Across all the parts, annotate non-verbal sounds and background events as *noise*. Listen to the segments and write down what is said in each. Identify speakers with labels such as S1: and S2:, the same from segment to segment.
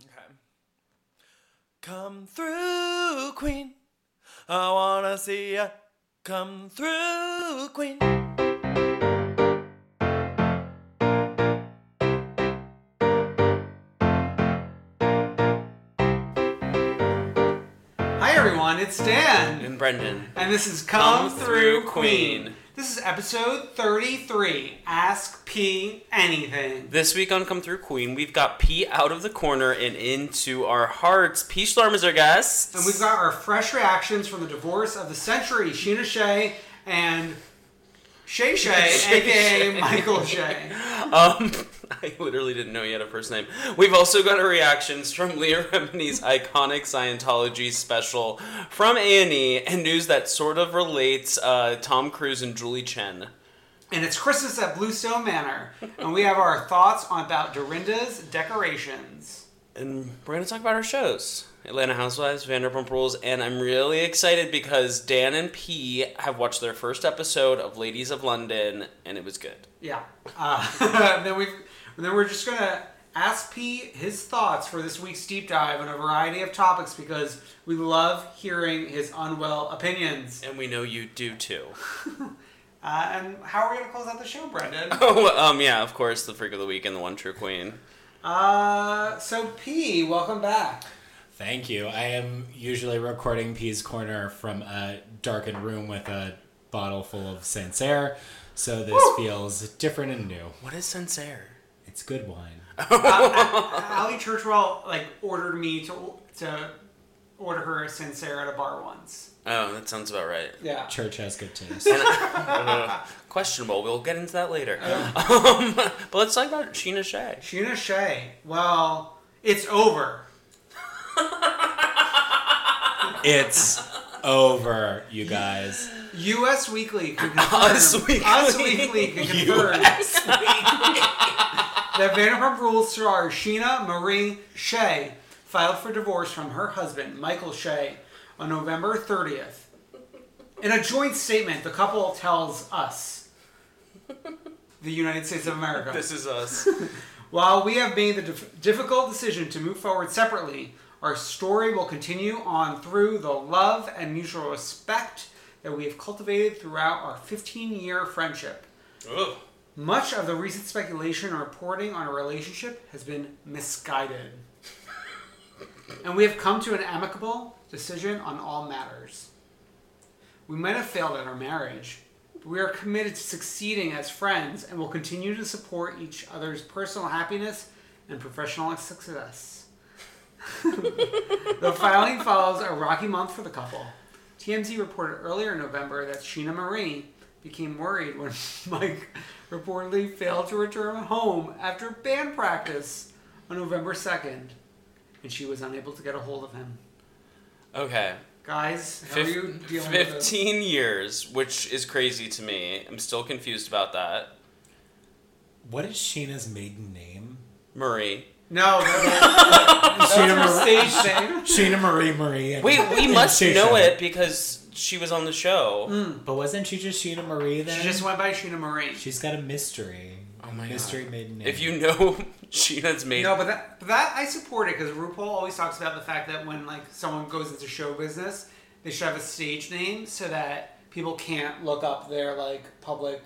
S1: Okay. Come through, Queen. I wanna see ya. Come through, Queen.
S2: Hi everyone, it's Dan.
S1: And Brendan.
S2: And this is Come,
S1: Come
S2: Through,
S1: Through
S2: Queen.
S1: Queen.
S2: This is episode 33. Ask P anything.
S1: This week on Come Through Queen, we've got P out of the corner and into our hearts. P Schlarm is our guest.
S2: And we've got our fresh reactions from the divorce of the century, Sheena Shea and Shay *laughs* Shay, aka Michael Shay.
S1: Um, *laughs* I literally didn't know you had a first name. We've also got our reactions from Leah Remini's iconic Scientology special from Annie and news that sort of relates uh, Tom Cruise and Julie Chen.
S2: And it's Christmas at Bluestone Manor. And we have our thoughts on about Dorinda's decorations.
S1: And we're going to talk about our shows Atlanta Housewives, Vanderpump Rules, and I'm really excited because Dan and P have watched their first episode of Ladies of London and it was good.
S2: Yeah. Uh, *laughs* then we've then we're just gonna ask P his thoughts for this week's deep dive on a variety of topics because we love hearing his unwell opinions.
S1: And we know you do too. *laughs*
S2: Uh, and how are we gonna close out the show, Brendan?
S1: Oh, um, yeah, of course, the freak of the week and the one true queen.
S2: Uh, so P, welcome back.
S3: Thank you. I am usually recording P's Corner from a darkened room with a bottle full of Sancerre, so this feels different and new.
S1: What is Sancerre?
S3: It's good wine.
S2: Allie Churchwell like ordered me to to order her a sincere at a bar once.
S1: Oh, that sounds about right.
S2: Yeah.
S3: Church has good taste.
S1: Questionable. We'll get into that later. *laughs* Um, but let's talk about Sheena Shea.
S2: Sheena Shea. Well, it's over.
S3: it's over, you guys.
S2: U.S. Weekly could confirm.
S1: *laughs* Us Weekly.
S2: Us Weekly could confirm that Vanderpump Rules star Sheena Marie Shea filed for divorce from her husband Michael Shea on November 30th. In a joint statement, the couple tells us, the United States of America,
S1: *laughs* This is us.
S2: while we have made the dif- difficult decision to move forward separately, our story will continue on through the love and mutual respect that we have cultivated throughout our 15 year friendship.
S1: Ugh.
S2: Much of the recent speculation and reporting on a relationship has been misguided. and we have come to an amicable decision on all matters. We might have failed at our marriage, but we are committed to succeeding as friends and will continue to support each other's personal happiness and professional success. *laughs* the filing follows a rocky month for the couple. TMZ reported earlier in November that Sheena Marie became worried when *laughs* Mike reportedly failed to return home after band practice on November 2nd, and she was unable to get a hold of him.
S1: Okay.
S2: Guys, how are
S1: Fif-
S2: you dealing with this?
S1: 15 years, which is crazy to me. I'm still confused about that.
S3: What is Sheena's maiden name?
S1: Marie.
S2: No, no, *laughs* no, no.
S3: Sheena
S2: That's
S3: Marie-
S2: stage name.
S3: Sheena Marie Marie. and-
S1: We
S2: *laughs*
S1: we
S3: *laughs* and
S1: must
S3: Shisha.
S1: know it because she was on the show.
S2: Mm.
S3: But wasn't she just Sheena Marie then?
S2: She just went by Sheena Marie.
S3: She's got a mystery. Oh
S1: my God.
S3: mystery maiden name.
S1: If you know *laughs* Sheena's made
S2: No, but that, but that I support it because RuPaul always talks about the fact that when like someone goes into show business, they should have a stage name so that people can't look up their like public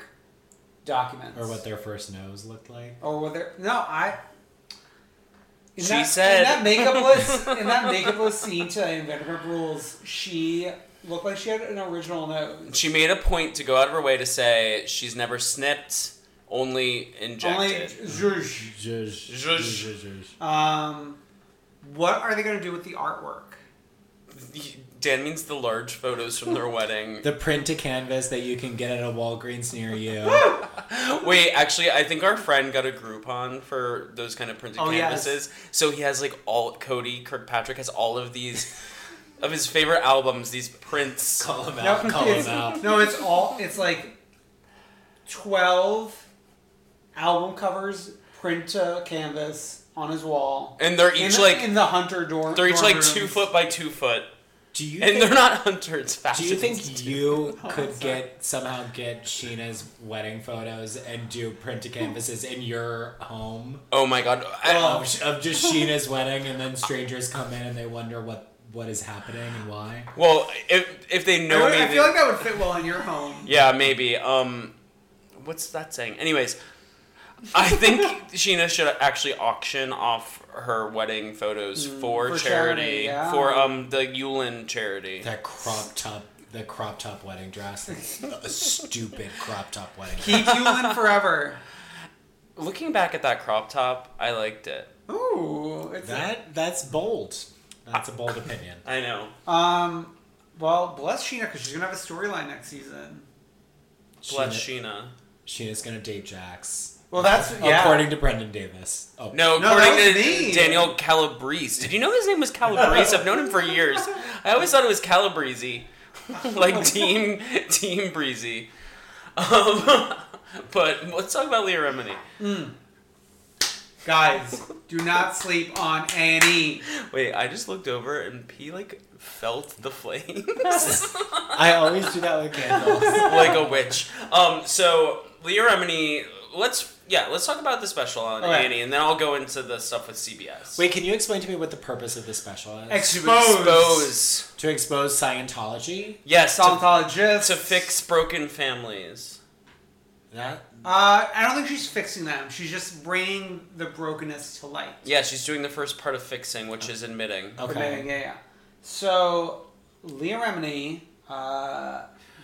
S2: documents
S3: or what their first nose looked like.
S2: or whether no I. In
S1: She
S2: that,
S1: said.
S2: in that makeup list in that makeup list scene today in Vanderpump Rules, she looked like she had an original nose.
S1: she made a point to go out of her way to say she's never snipped, only
S2: Only
S1: injected.
S2: zhuzh.
S3: Zhuzh.
S1: Zhuzh.
S3: Zhuzh, zhuzh.
S2: Um, what are they going to do with the artwork?
S1: Dan means the large photos
S2: *laughs*
S1: from their wedding.
S3: The print to canvas that you can get at a Walgreens near you.
S1: Wait, actually, I think our friend got a Groupon for those kind of printed
S2: Oh, yes.
S1: canvases. So he has like all Cody Kirkpatrick has all of these of his favorite albums. These prints.
S3: call them out. Call
S2: it's,
S3: them
S2: *laughs*
S3: out.
S2: no, it's all. It's like twelve album covers print to canvas on his wall,
S1: And they're
S2: In
S1: each
S2: the-
S1: like
S2: in the hunter dorm.
S1: they're each
S2: dorm
S1: like
S2: rooms.
S1: two foot by two foot,
S3: Do you
S1: and
S3: think,
S1: they're not Oh, hunters. Fashion.
S3: do you think
S1: *laughs*
S3: you could get somehow get Sheena's wedding photos and do print to canvases in your home
S1: Oh my god! I-
S3: of, of just Sheena's wedding and then strangers come in and they wonder what what is happening and why?
S1: well, if if they
S2: I,
S1: know
S2: would-
S1: me,
S2: I
S1: they-
S2: feel like that would fit well in your home.
S1: yeah, maybe. Um, what's that saying? Anyways,
S2: *laughs*
S1: I think Sheena should actually auction off her wedding photos for,
S2: Mm, for
S1: charity,
S2: charity, yeah.
S1: for um the Yulin charity.
S3: That crop top, the crop top
S1: *laughs*
S3: wedding dress, a stupid crop top wedding. dress.
S2: Keep
S1: *laughs*
S2: Yulin forever.
S1: Looking back at that crop top, I liked it.
S2: Ooh, it's
S3: That that's bold. That's a bold opinion.
S1: I know.
S2: um. Well, bless Sheena because she's gonna have a storyline next season.
S1: Bless
S3: Sheena,
S1: Sheena.
S3: Sheena's gonna date Jax.
S2: Well, that's yeah.
S3: According to Brendan Davis. Oh,
S1: No,
S2: No, that
S1: according
S2: was
S1: to
S2: me.
S1: Daniel Calabrese. Did you know his name was Calabrese? I've known him for years. I always thought it was Calabrese, *laughs* like Team Team Breezy. Um, *laughs* but let's talk about Leah Remini.
S2: Guys, do not sleep on Annie.
S1: Wait, I just looked over and he like felt the flame
S3: I always do that with candles.
S1: *laughs* like a witch. Um, so Leah Remini, let's yeah, let's talk about the special on
S2: Okay.
S1: Annie, and then I'll go into the stuff with CBS.
S3: Wait, can you explain to me what the purpose of this special is?
S2: Exposed.
S1: expose.
S3: to expose Scientology?
S1: Yes, to,
S2: Scientologist.
S1: to fix broken families.
S3: That
S2: Uh, I don't think she's fixing them. She's just bringing the brokenness to light.
S1: Yeah, she's doing the first part of fixing, which is admitting.
S3: okay.
S2: Yeah, yeah, yeah. So, Leah Remini, uh,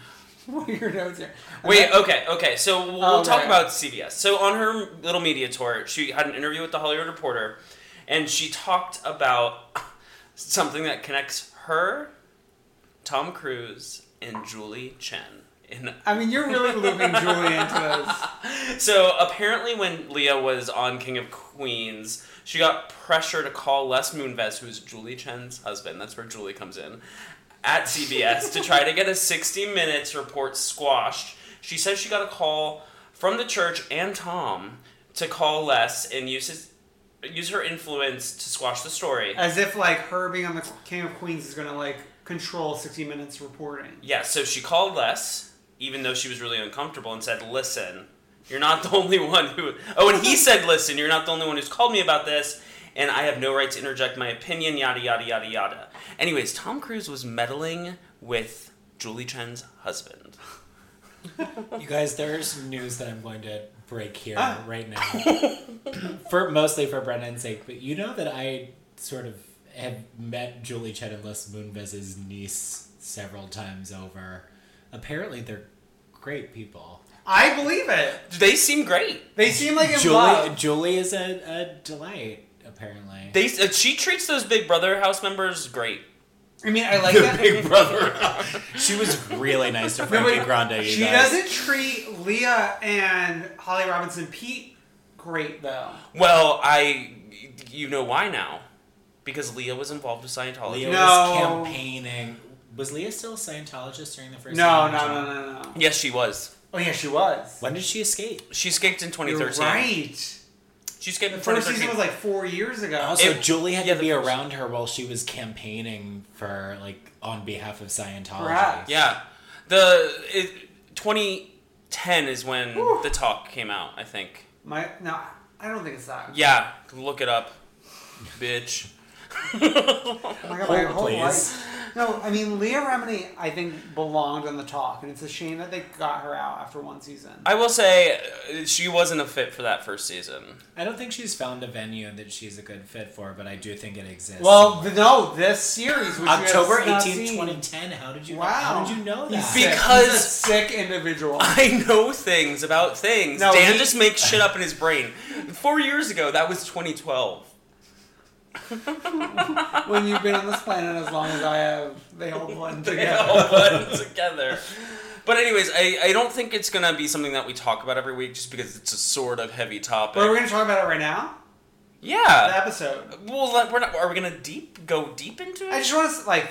S2: *laughs* what are your notes here?
S1: Wait, okay, okay. So we'll
S2: Oh,
S1: talk
S2: right.
S1: about CBS. So on her little media tour, she had an interview with the Hollywood Reporter, and she talked about *laughs* something that connects her, Tom Cruise, and Julie Chen. In
S2: I mean, you're really
S1: *laughs*
S2: looping Julie into this.
S1: so apparently, when Leah was on King of Queens, she got pressure to call Les Moonves, who is Julie Chen's husband. That's where Julie comes in at CBS to try to get a 60 Minutes report squashed. She says she got a call from the church and Tom to call Les and use his. Use her influence to squash the story.
S2: As if, like, her being on the King of Queens is going to, like, control 60 Minutes reporting.
S1: Yeah, so she called Les, even though she was really uncomfortable, and said, Listen, you're not the only one who. Oh, and he said, Listen, you're not the only one who's called me about this, and I have no right to interject my opinion, yada, yada, yada, yada. Anyways, Tom Cruise was meddling with Julie Chen's husband.
S3: You guys, there's news that I'm going to break here
S2: Ah.
S3: right now.
S2: *laughs*
S3: for mostly for Brendan's sake, but you know that I sort of have met Julie Chen and Les Moonves's niece several times over. Apparently, they're great people.
S2: I believe it.
S1: They seem great.
S2: They seem like in
S3: Julie,
S2: love.
S3: Julie is a, a delight. Apparently,
S1: They, uh, she treats those Big Brother house members great.
S2: I mean, I like that.
S3: brother. *laughs* she was really nice to
S2: No,
S3: Frankie
S2: wait,
S3: Grande. You
S2: she
S3: guys.
S2: doesn't treat Leah and Holly Robinson Pete great, though.
S1: Well, I. You know why now? Because Leah was involved with Scientology.
S3: Leah
S2: No.
S3: was campaigning. Was Leah still a Scientologist during the first?
S2: No,
S3: time?
S2: no, no, no, no.
S1: Yes, she was.
S2: Oh yeah, she was.
S3: When did she escape?
S1: She escaped in
S2: You're
S1: 2013.
S2: right.
S1: She's getting
S2: The first
S1: 2013.
S2: season was like four years ago.
S3: Also,
S1: It-
S3: Julie had
S1: yeah,
S3: to
S1: the
S3: be
S1: first-
S3: around her while she was campaigning for, like, on behalf of Scientology.
S2: Correct.
S1: Yeah, the it, 2010 is when the talk came out. I think.
S2: My no, I don't think it's that.
S1: Yeah, look it up, bitch.
S2: my, God, my
S3: Hold,
S2: whole
S3: please.
S2: life. No, I mean Leah Remini, I think belonged on the talk, and it's a shame that they got her out after one season.
S1: I will say uh, she wasn't a fit for that first season. *laughs*
S3: I don't think she's found a venue that she's a good fit for, but I do think it exists.
S2: well, th- no, this series which
S3: October
S2: you have not seen.
S3: 18th, 2010. How did you
S2: Wow.
S3: How did you know
S2: He's
S3: that?
S2: sick.
S1: Because-
S2: He's a sick individual.
S1: I know things about things.
S2: No,
S1: Dan
S2: he-
S1: just makes shit up in his brain. Four years ago, that was *laughs* 2012.
S2: when you've been on this planet as long as I have, they all blend
S1: *laughs* They
S2: together.
S1: all blend together. But anyways, I, I don't think it's gonna be something that we talk about every week just because it's a sort of heavy topic.
S2: But we're gonna talk about it right now. The
S1: yeah.
S2: episode.
S1: Well, like, we're not. Are we gonna deep go deep into it?
S2: I just want to like,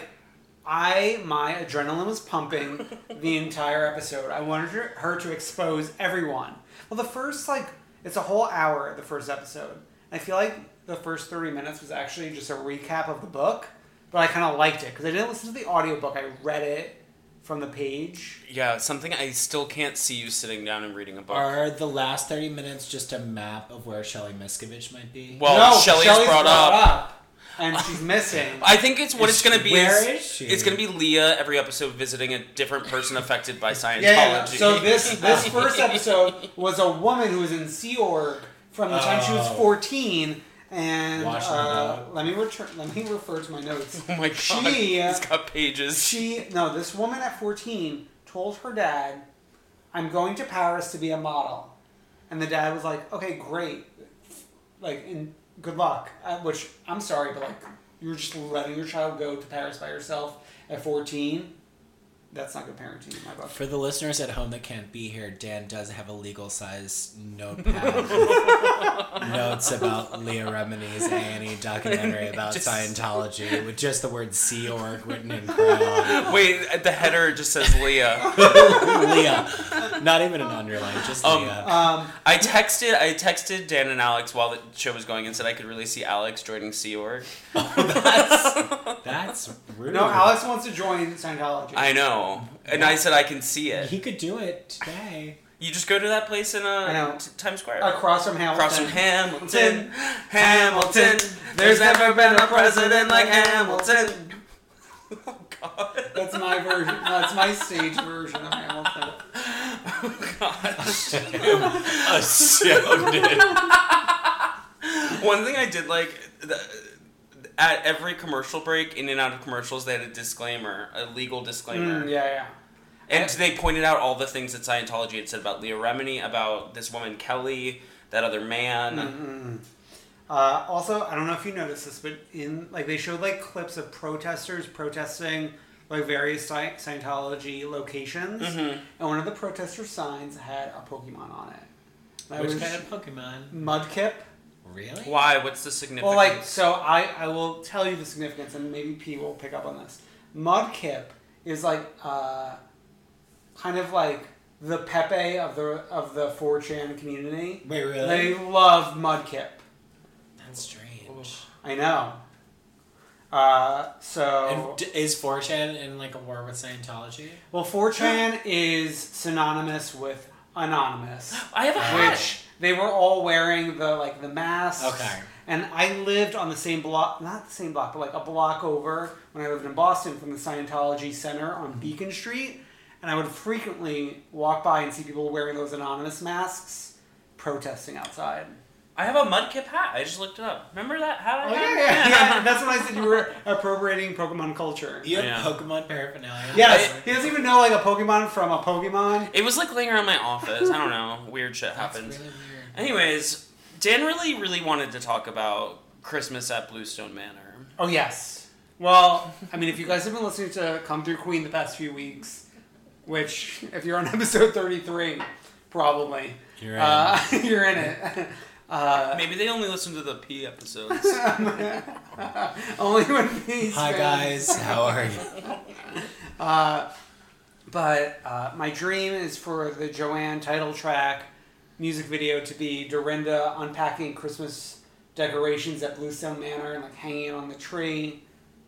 S2: I my adrenaline was pumping the entire episode. I wanted her, her to expose everyone. Well, the first like it's a whole hour of the first episode. I feel like the first thirty minutes was actually just a recap of the book, but I kind of liked it because I didn't listen to the audiobook. I read it from the page.
S1: yeah, something I still can't see you sitting down and reading a book.
S3: Are the last 30 minutes just a map of where Shelley Miskovich might be?
S1: well,
S2: no,
S1: Shelley's
S2: Shelley's
S1: brought, up.
S2: and she's missing.
S1: *laughs* I think it's what
S3: Is
S1: it's gonna
S3: she-
S1: be.
S3: where
S1: is-
S3: is she?
S1: It's gonna be Leah every episode visiting a different person affected by Scientology.
S2: *laughs* Yeah, yeah, yeah. So
S1: *laughs*
S2: this this first episode was a woman who was in Sea Org from the time she was
S3: Oh.
S2: fourteen, and
S3: Washing
S2: uh,
S3: it out.
S2: let me return. Let me refer to my notes.
S1: Oh my god,
S2: She- uh,
S1: it's got pages.
S2: She no, this woman at fourteen told her dad, "I'm going to Paris to be a model," and the dad was like, "Okay, great, like, and good luck." Uh, which I'm sorry, but like, you're just letting your child go to Paris by herself at fourteen. That's not good parenting in my book.
S3: For the listeners at home that can't be here, Dan does have a legal size notepad
S1: *laughs*
S3: with notes about Leah Remini's A&E documentary about
S1: Just-
S3: Scientology with just the word Sea Org written in crayon.
S1: *laughs* Wait, the header just says Leah.
S3: Leah. Not even an underline, just
S1: Um,
S3: Leah.
S1: I texted I texted Dan and Alex while the show was going and said I could really see Alex joining Sea Org.
S3: That's rude.
S2: No, Alex wants to join Scientology.
S1: I know. And I said I can see it.
S3: He could do it today.
S1: You just go to that place in
S2: I
S1: uh,
S2: know.
S1: t- Times Square.
S2: Across from Hamilton.
S1: Across from Hamilton.
S2: Hamilton.
S1: Hamilton. There's never been a president like Hamilton. Oh god.
S2: That's my version. That's my stage version of Hamilton.
S1: Gosh.
S3: Astounded.
S1: One thing I did like the, at every commercial break, in and out of commercials, they had a disclaimer, a legal disclaimer.
S2: Mm, yeah, yeah.
S1: And they pointed out all the things that Scientology had said about Leah Remini, about this woman Kelly, that other man.
S2: Uh, also, I don't know if you noticed this, but in like they showed like clips of protesters protesting like various Sci- Scientology locations, and one of the protester signs had a Pokemon on it. And I
S3: Which
S2: was-
S3: kind of Pokemon?
S2: Mudkip.
S3: Really?
S1: Why? What's the significance?
S2: Well, like, so I, I will tell you the significance, and maybe P will pick up on this. Mudkip is like uh, kind of like the Pepe of the of the 4chan community.
S3: Wait, really?
S2: They love Mudkip.
S3: That's strange.
S2: I know. Uh, so
S3: And d- is 4chan in like a war with Scientology?
S2: well, 4chan is synonymous with anonymous.
S1: I have a hat.
S2: which they were all wearing the like the masks.
S3: Okay.
S2: And I lived on the same block, not the same block, but like a block over when I lived in Boston from the Scientology Center on Beacon Street, and I would frequently walk by and see people wearing those anonymous masks protesting outside.
S1: I have a mudkip hat. I just looked it up. Remember that hat? I
S2: Oh yeah,
S1: had?
S2: yeah, *laughs* yeah. That's when I said you were appropriating Pokemon culture.
S3: You have
S1: Yeah.
S3: Pokemon paraphernalia?
S2: Yes, he doesn't even know like a Pokemon from a Pokemon.
S1: *laughs* It was like laying around my office. I don't know. Weird shit happens.
S3: That's really weird.
S1: Anyways, Dan really, really wanted to talk about Christmas at Bluestone Manor.
S2: Oh yes. Well, I mean, if you guys have been listening to Come Through Queen the past few weeks, which if you're on *laughs* episode 33, probably
S3: You're in.
S2: uh, *laughs* you're in it. *laughs* Uh,
S1: Maybe they only listened to the P episodes.
S2: Only when these.
S3: Hi guys, how are you?
S2: But uh, my dream is for the Joanne title track, music video to be Dorinda unpacking Christmas decorations at Bluestone Manor and like hanging it on the tree.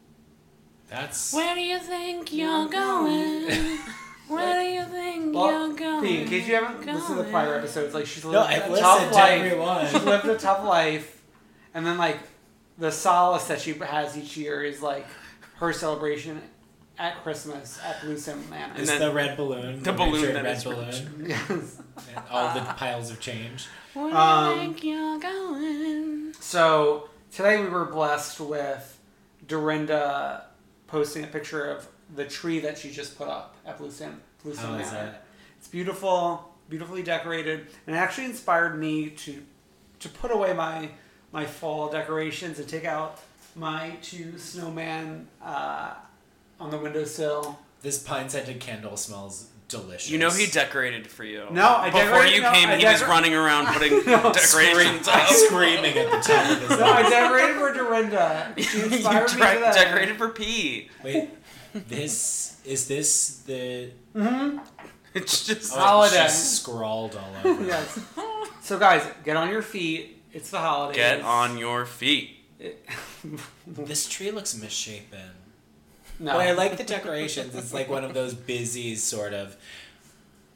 S3: *laughs* That's
S4: Where do you think you're going? *laughs* Where do you think
S2: Well,
S4: you're going?
S2: Thea, in case you haven't listened to the prior episodes, like she's lived
S3: I've
S2: a
S3: listened
S2: tough
S3: to
S2: life.
S3: everyone. *laughs*
S2: She's lived a tough life, and then like the solace that she has each year is like her celebration at Christmas at Bluestone Manor.
S3: it's
S1: then-
S3: the red balloon.
S1: The
S3: picture
S1: balloon
S3: of
S1: that
S3: red
S1: is
S3: balloon. *laughs*
S2: Yes.
S3: and all the piles of change.
S4: Where do
S2: Um,
S4: you think you're going?
S2: So today we were blessed with Dorinda posting a picture of the tree that she just put up at Blue Sim. Blue Sim
S3: How is
S2: Manor.
S3: that?
S2: It's beautiful, beautifully decorated, and it actually inspired me to to put away my my fall decorations and take out my two snowman uh, on the windowsill.
S3: This pine scented candle smells delicious.
S1: You know he decorated for you.
S2: No, I
S1: Before
S2: decorated-
S1: you
S2: no,
S1: came,
S2: I
S1: he was
S2: decor- *laughs*
S1: running around putting decorations up.
S3: screaming at the top of his
S2: No,
S3: *laughs*
S2: I decorated for Dorinda. She
S1: you
S2: *laughs* inspired me to
S1: de-
S2: that.
S1: decorated for pee.
S3: Wait, this is this the
S1: It's just
S3: oh,
S2: Holiday.
S3: it's just scrawled all over. *laughs*
S2: Yes. So guys, get on your feet. It's the holidays.
S1: get on your feet.
S3: This tree looks misshapen.
S2: No.
S3: But I like the decorations. It's like one of those busy sort of.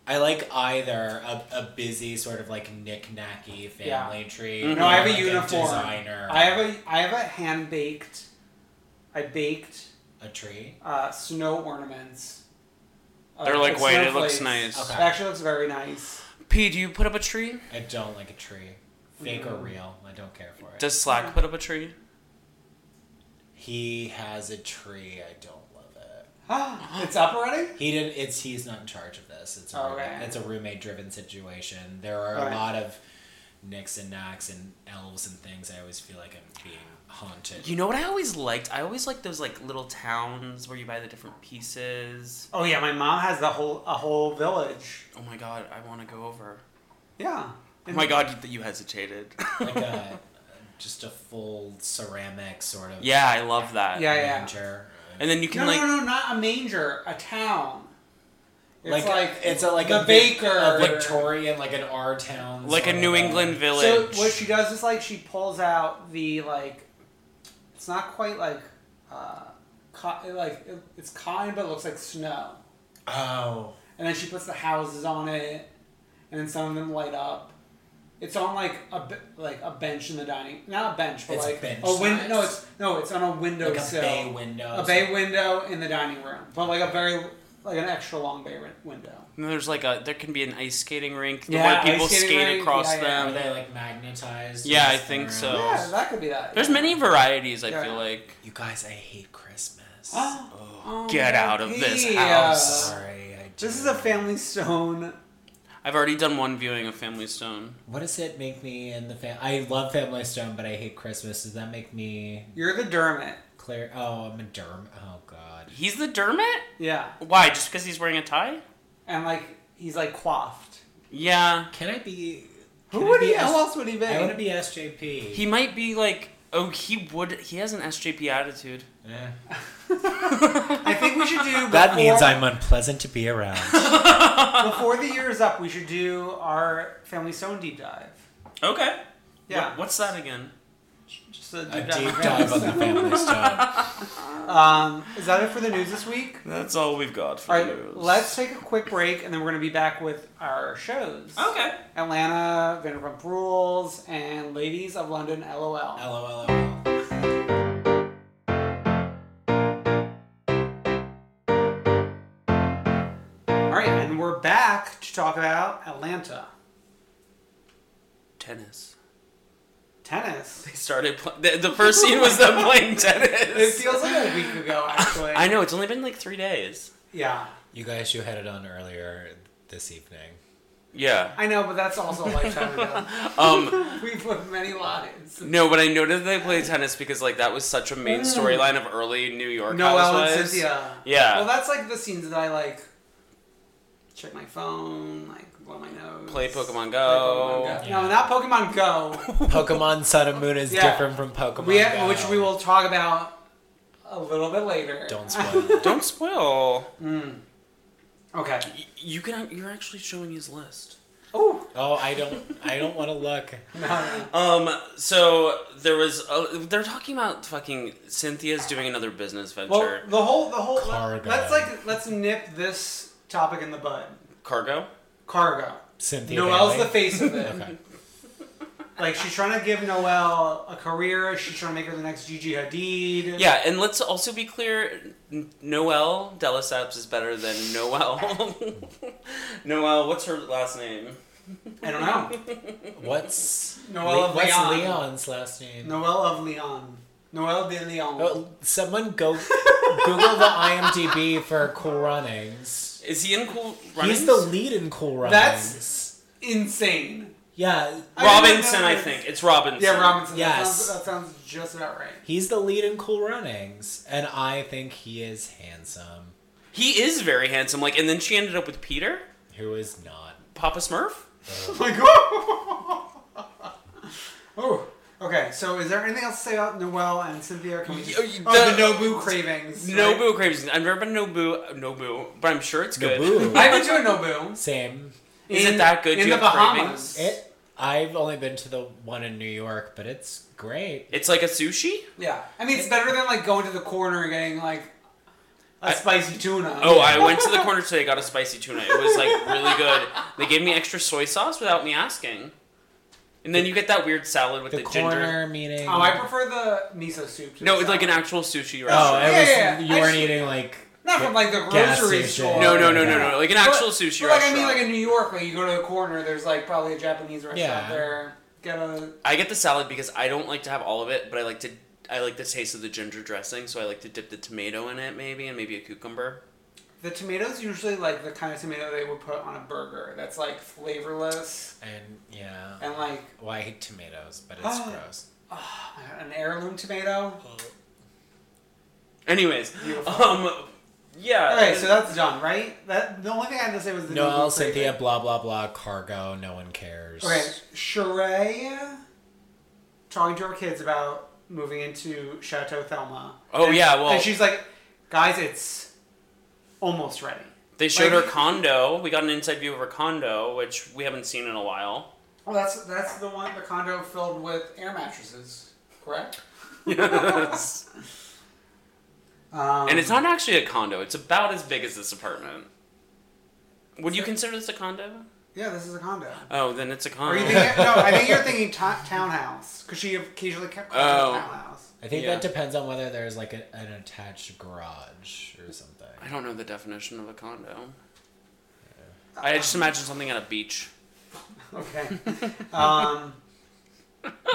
S3: I like either a, a busy sort of like knick-knacky family tree.
S2: No, I have a
S3: or like
S2: uniform.
S3: designer.
S2: I have a I have a hand baked. I baked
S3: a tree.
S2: uh, snow ornaments. Uh,
S1: They're like white, it looks
S2: snowflakes.
S1: nice.
S3: Okay.
S2: It actually looks very nice. *gasps*
S1: Pee, do you put up a tree?
S3: I don't like a tree, fake
S2: Mm.
S3: or real. I don't care for it.
S1: Does Slack put up a tree?
S3: he has a tree. I don't love it.
S2: it's up already.
S3: He didn't. It's he's not in charge of this. It's a
S2: Oh,
S3: roommate,
S2: right.
S3: it's a roommate driven situation. There are
S2: Right.
S3: a lot of nicks and knacks and elves and things. I always feel like I'm being haunted.
S1: You know what I always liked? I always liked those like little towns where you buy the different pieces.
S2: Oh yeah, my mom has the whole a whole village.
S1: Oh my god, I want to go over.
S2: Yeah.
S1: Oh my god, you- that you hesitated.
S2: *laughs*
S3: like a just a full ceramic sort of
S1: yeah, I love that.
S2: Yeah, yeah.
S3: manger.
S1: And then you can
S2: No,
S1: like
S2: no, no, not a manger. A town. It's like,
S3: Like, it's a, like
S2: the
S3: a Vic-
S2: baker.
S3: a Victorian, like an R town,
S1: like a
S3: sort
S1: New
S3: of,
S1: England
S2: So
S1: village.
S2: what she does is like she pulls out the like, it's not quite like, uh, co- like it, it's cotton but it looks like snow,
S3: Oh,
S2: and then she puts the houses on it, and then some of them light up. It's on like a be- like a bench in the dining, not a bench, but
S3: It's
S2: like
S3: bench
S2: a window.
S3: size.
S2: No, it's no, it's on a window
S3: like a
S2: sill.
S3: bay window.
S2: a bay window in the dining room, but like a very like an extra long bay win- window.
S1: And there's like a there can be an ice skating rink
S2: Yeah,
S1: where people
S2: ice skating
S1: skate
S2: rink,
S1: across
S2: yeah, yeah.
S3: Are
S1: them.
S3: they like magnetized?
S1: Yeah,
S3: or
S1: I
S3: is
S1: think
S3: there-
S1: so.
S2: Yeah, that could be that.
S1: Oh. There's many
S2: *gasps*
S1: varieties. I
S2: Yeah.
S1: feel like.
S3: You guys, I hate Christmas. Oh,
S2: Oh,
S1: Get
S2: yeah,
S1: out of this
S2: yeah.
S1: house.
S3: Sorry, I do.
S2: This is a Family Stone.
S1: I've already done one viewing of Family Stone.
S3: What does it make me in the fam? I love Family Stone, but I hate Christmas. Does that make me
S2: You're the Dermot.
S3: Claire? Oh, I'm a derm. Oh God.
S1: He's the Dermot?
S2: Yeah.
S1: Why? Just because he's wearing a tie?
S2: And like he's like quaffed.
S1: Yeah.
S3: Can I be?
S2: Who
S3: can I
S2: would
S3: be
S2: he?
S3: S-
S2: Who else would he be?
S3: I want to be SJP.
S1: He might be like oh he would he has an SJP attitude.
S3: Eh.
S2: I think we should do. *laughs* Before,
S3: That means I'm unpleasant to be around.
S2: Before the year is up, we should do our Family Stone deep dive.
S1: Okay.
S2: Yeah.
S1: What- what's that again?
S2: Just a deep,
S3: a
S2: dive.
S3: deep dive on the Family Stone.
S2: Um, is that it for the news this week?
S1: That's all we've got for
S2: All right. Let's take a quick break, and then we're gonna be back with our shows.
S1: Okay.
S2: Atlanta, Vanderpump Rules, and Ladies of London. LOL.
S3: LOL.
S2: All right, and we're back to talk about Atlanta
S1: Tennis.
S2: tennis.
S1: They started pl- the, the first scene was them
S2: *laughs*
S1: playing
S2: It
S1: tennis.
S2: feels like a week ago, actually.
S1: I know it's only been like 3 days.
S2: Yeah.
S3: You guys, you had it on earlier this evening.
S1: Yeah.
S2: I know, but that's also a lifetime ago.
S1: *laughs* Um
S2: *laughs* We've lived many lives.
S1: no, but I noticed they played tennis because like that was such a main storyline of early New York
S2: Noelle and
S1: Housewives.
S2: Cynthia.
S1: Yeah.
S2: Well, that's like the scenes that I like. Check my phone, like blow my nose.
S1: Play Pokemon
S2: Play
S1: Go. Oh
S2: Pokemon Go. No, not Pokemon
S1: *laughs*
S2: Go.
S3: Pokemon Sun and Moon is
S2: Yeah.
S3: different from Pokemon.
S2: we
S3: Go.
S2: which we will talk about a little bit later.
S3: Don't spoil. it.
S1: Don't spoil.
S2: Okay.
S1: You can. You're actually showing his list.
S2: Oh,
S3: Oh, I don't. I don't want to look.
S1: Um, so there was a, they're talking about fucking Cynthia's doing another business venture.
S2: well, the whole the whole.
S3: Cargo.
S2: Let's like let's nip this topic in the bud.
S1: Cargo.
S2: Cargo.
S3: Cynthia.
S2: Noelle's
S3: Bailey.
S2: the face of
S3: *laughs*
S2: it.
S3: Okay.
S2: Like she's trying to give Noelle a career. She's trying to make her the next Gigi Hadid.
S1: Yeah, and let's also be clear: N- Noelle Deliceps is better than *laughs* Noelle. Noelle, what's her last name?
S2: I don't know.
S3: What's
S2: Noelle of
S3: What's
S2: Leon.
S3: Leon's last name?
S2: Noelle of Leon. Noelle de Leon.
S3: Oh, someone go Google the IMDb for Cool Runnings.
S1: Is he in Cool Runnings?
S3: He's the lead in Cool Runnings.
S2: That's- Insane.
S3: yeah.
S1: Robinson,
S2: I
S1: I
S2: remember-
S1: think it's Robinson.
S2: Yeah, Robinson.
S3: Yes.
S2: That sounds, that sounds just about right. *laughs*
S3: He's the lead in Cool Runnings, and I think he is handsome.
S1: He is very handsome. Like, and then she ended up with Peter,
S3: Who is not?
S1: Papa Smurf.
S2: Like, oh. *laughs* oh. Okay, so is there anything else to say about Noelle and Cynthia? Can we just,
S1: Y- y-
S2: oh, the
S1: the-
S2: Nobu cravings. right?
S1: Nobu craves. I've never been to Nobu, Nobu, but I'm sure it's good.
S3: Naboo.
S2: I've been to a Nobu.
S3: *laughs* Same.
S1: Is
S2: In-
S1: it that good?
S2: In
S1: Do you
S2: the
S1: have
S2: Bahamas.
S3: It. I've only been to the one in New York, but it's great.
S1: It's like a sushi.
S2: Yeah. I mean, it's better than, like, going to the corner and getting, like, a
S1: I-
S2: spicy tuna.
S1: Oh, I went to the corner today. Got a spicy tuna. It was like really good. They gave me extra soy sauce without me asking. And then you get that weird salad with
S3: The,
S1: the, ginger.
S3: corner meeting.
S2: Oh, I prefer the miso soup. to
S1: No,
S2: the
S1: it's like an
S2: salad.
S1: actual sushi
S3: Oh,
S1: restaurant.
S3: I
S2: Yeah,
S3: was,
S2: yeah, yeah.
S3: you
S2: I
S3: weren't
S2: see.
S3: eating like.
S2: Not from, like, the
S3: Gas
S2: grocery
S3: station.
S2: store.
S1: no, no, no, no, no. Like an
S2: But-
S1: actual sushi
S2: but, like,
S1: restaurant.
S2: I mean, like, in New York, like, you go to the corner, there's, like, probably a Japanese restaurant
S3: Yeah.
S2: there. Get a.
S1: I get the salad because I don't like to have all of it, but I like to. I like the taste of the ginger dressing, so I like to dip the tomato in it, maybe, and maybe a cucumber.
S2: The tomato's usually, like, the kind of tomato they would put on a burger that's, like, flavorless
S3: And yeah.
S2: and, like,
S3: Well, I hate tomatoes, but it's
S2: Ah,
S3: gross.
S2: an heirloom tomato.
S3: Oh.
S1: Anyways,
S2: Beautiful.
S1: um, yeah.
S2: All right, so that's done, right? That the only thing I had to say was the
S3: Noel,
S2: Nobu craving.
S3: Cynthia, blah blah blah, cargo. No one cares.
S2: Okay, Sheree talking to her kids about moving into Chateau Thelma.
S1: Oh,
S2: And-
S1: yeah, well-
S2: and she's like, guys, it's almost ready.
S1: They showed
S2: Like-
S1: her condo. We got an inside view of her condo, which we haven't seen in a while.
S2: Well, that's that's the one the condo filled with air mattresses, correct?
S1: *laughs* Yes.
S2: Um,
S1: and it's not actually a condo. It's about as big as this apartment. Would you consider this a condo?
S2: yeah, this is a condo.
S1: Oh, then it's a
S2: Are
S1: condo.
S2: you thinking? no, I think you're thinking ta- townhouse because she occasionally kept calling
S1: Oh.
S2: it townhouse.
S3: I think
S1: Yeah.
S3: that depends on whether there's like a, an attached garage or something.
S1: I don't know the definition of a condo. I just imagine something at a beach.
S2: Okay. Um,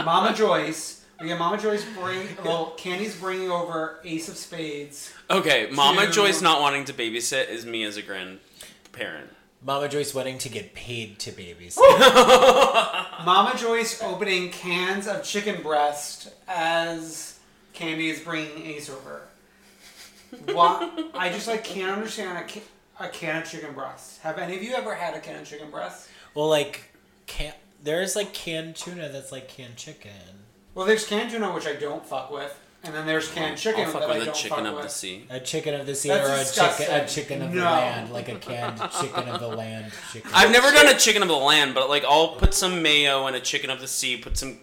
S2: Mama Joyce. We got Mama Joyce bring. Well, Candy's bringing over Ace of Spades.
S1: Okay, Mama
S2: Two.
S1: Joyce not wanting to babysit is me as a grandparent.
S3: Mama Joyce wanting to get paid to babysit.
S2: *laughs* Mama Joyce opening cans of chicken breast as Candy is bringing Ace over. Why? I just like can't understand a can, a can of chicken breast. Have any of you ever had a can of chicken breast?
S3: Well, like can there's like canned tuna that's like canned chicken.
S2: Well, there's canned tuna which I don't fuck with, and then there's canned chicken
S1: I'll fuck
S2: that I
S1: with a
S2: don't
S1: chicken
S2: fuck
S1: of
S2: with.
S1: the sea.
S3: A chicken of the sea
S2: That's
S3: or a
S2: disgusting.
S3: chicken, a chicken of the
S2: No.
S3: land, like a canned chicken of the land *laughs* chicken.
S1: I've never done a chicken of the land, but like I'll put some mayo and a chicken of the sea, put some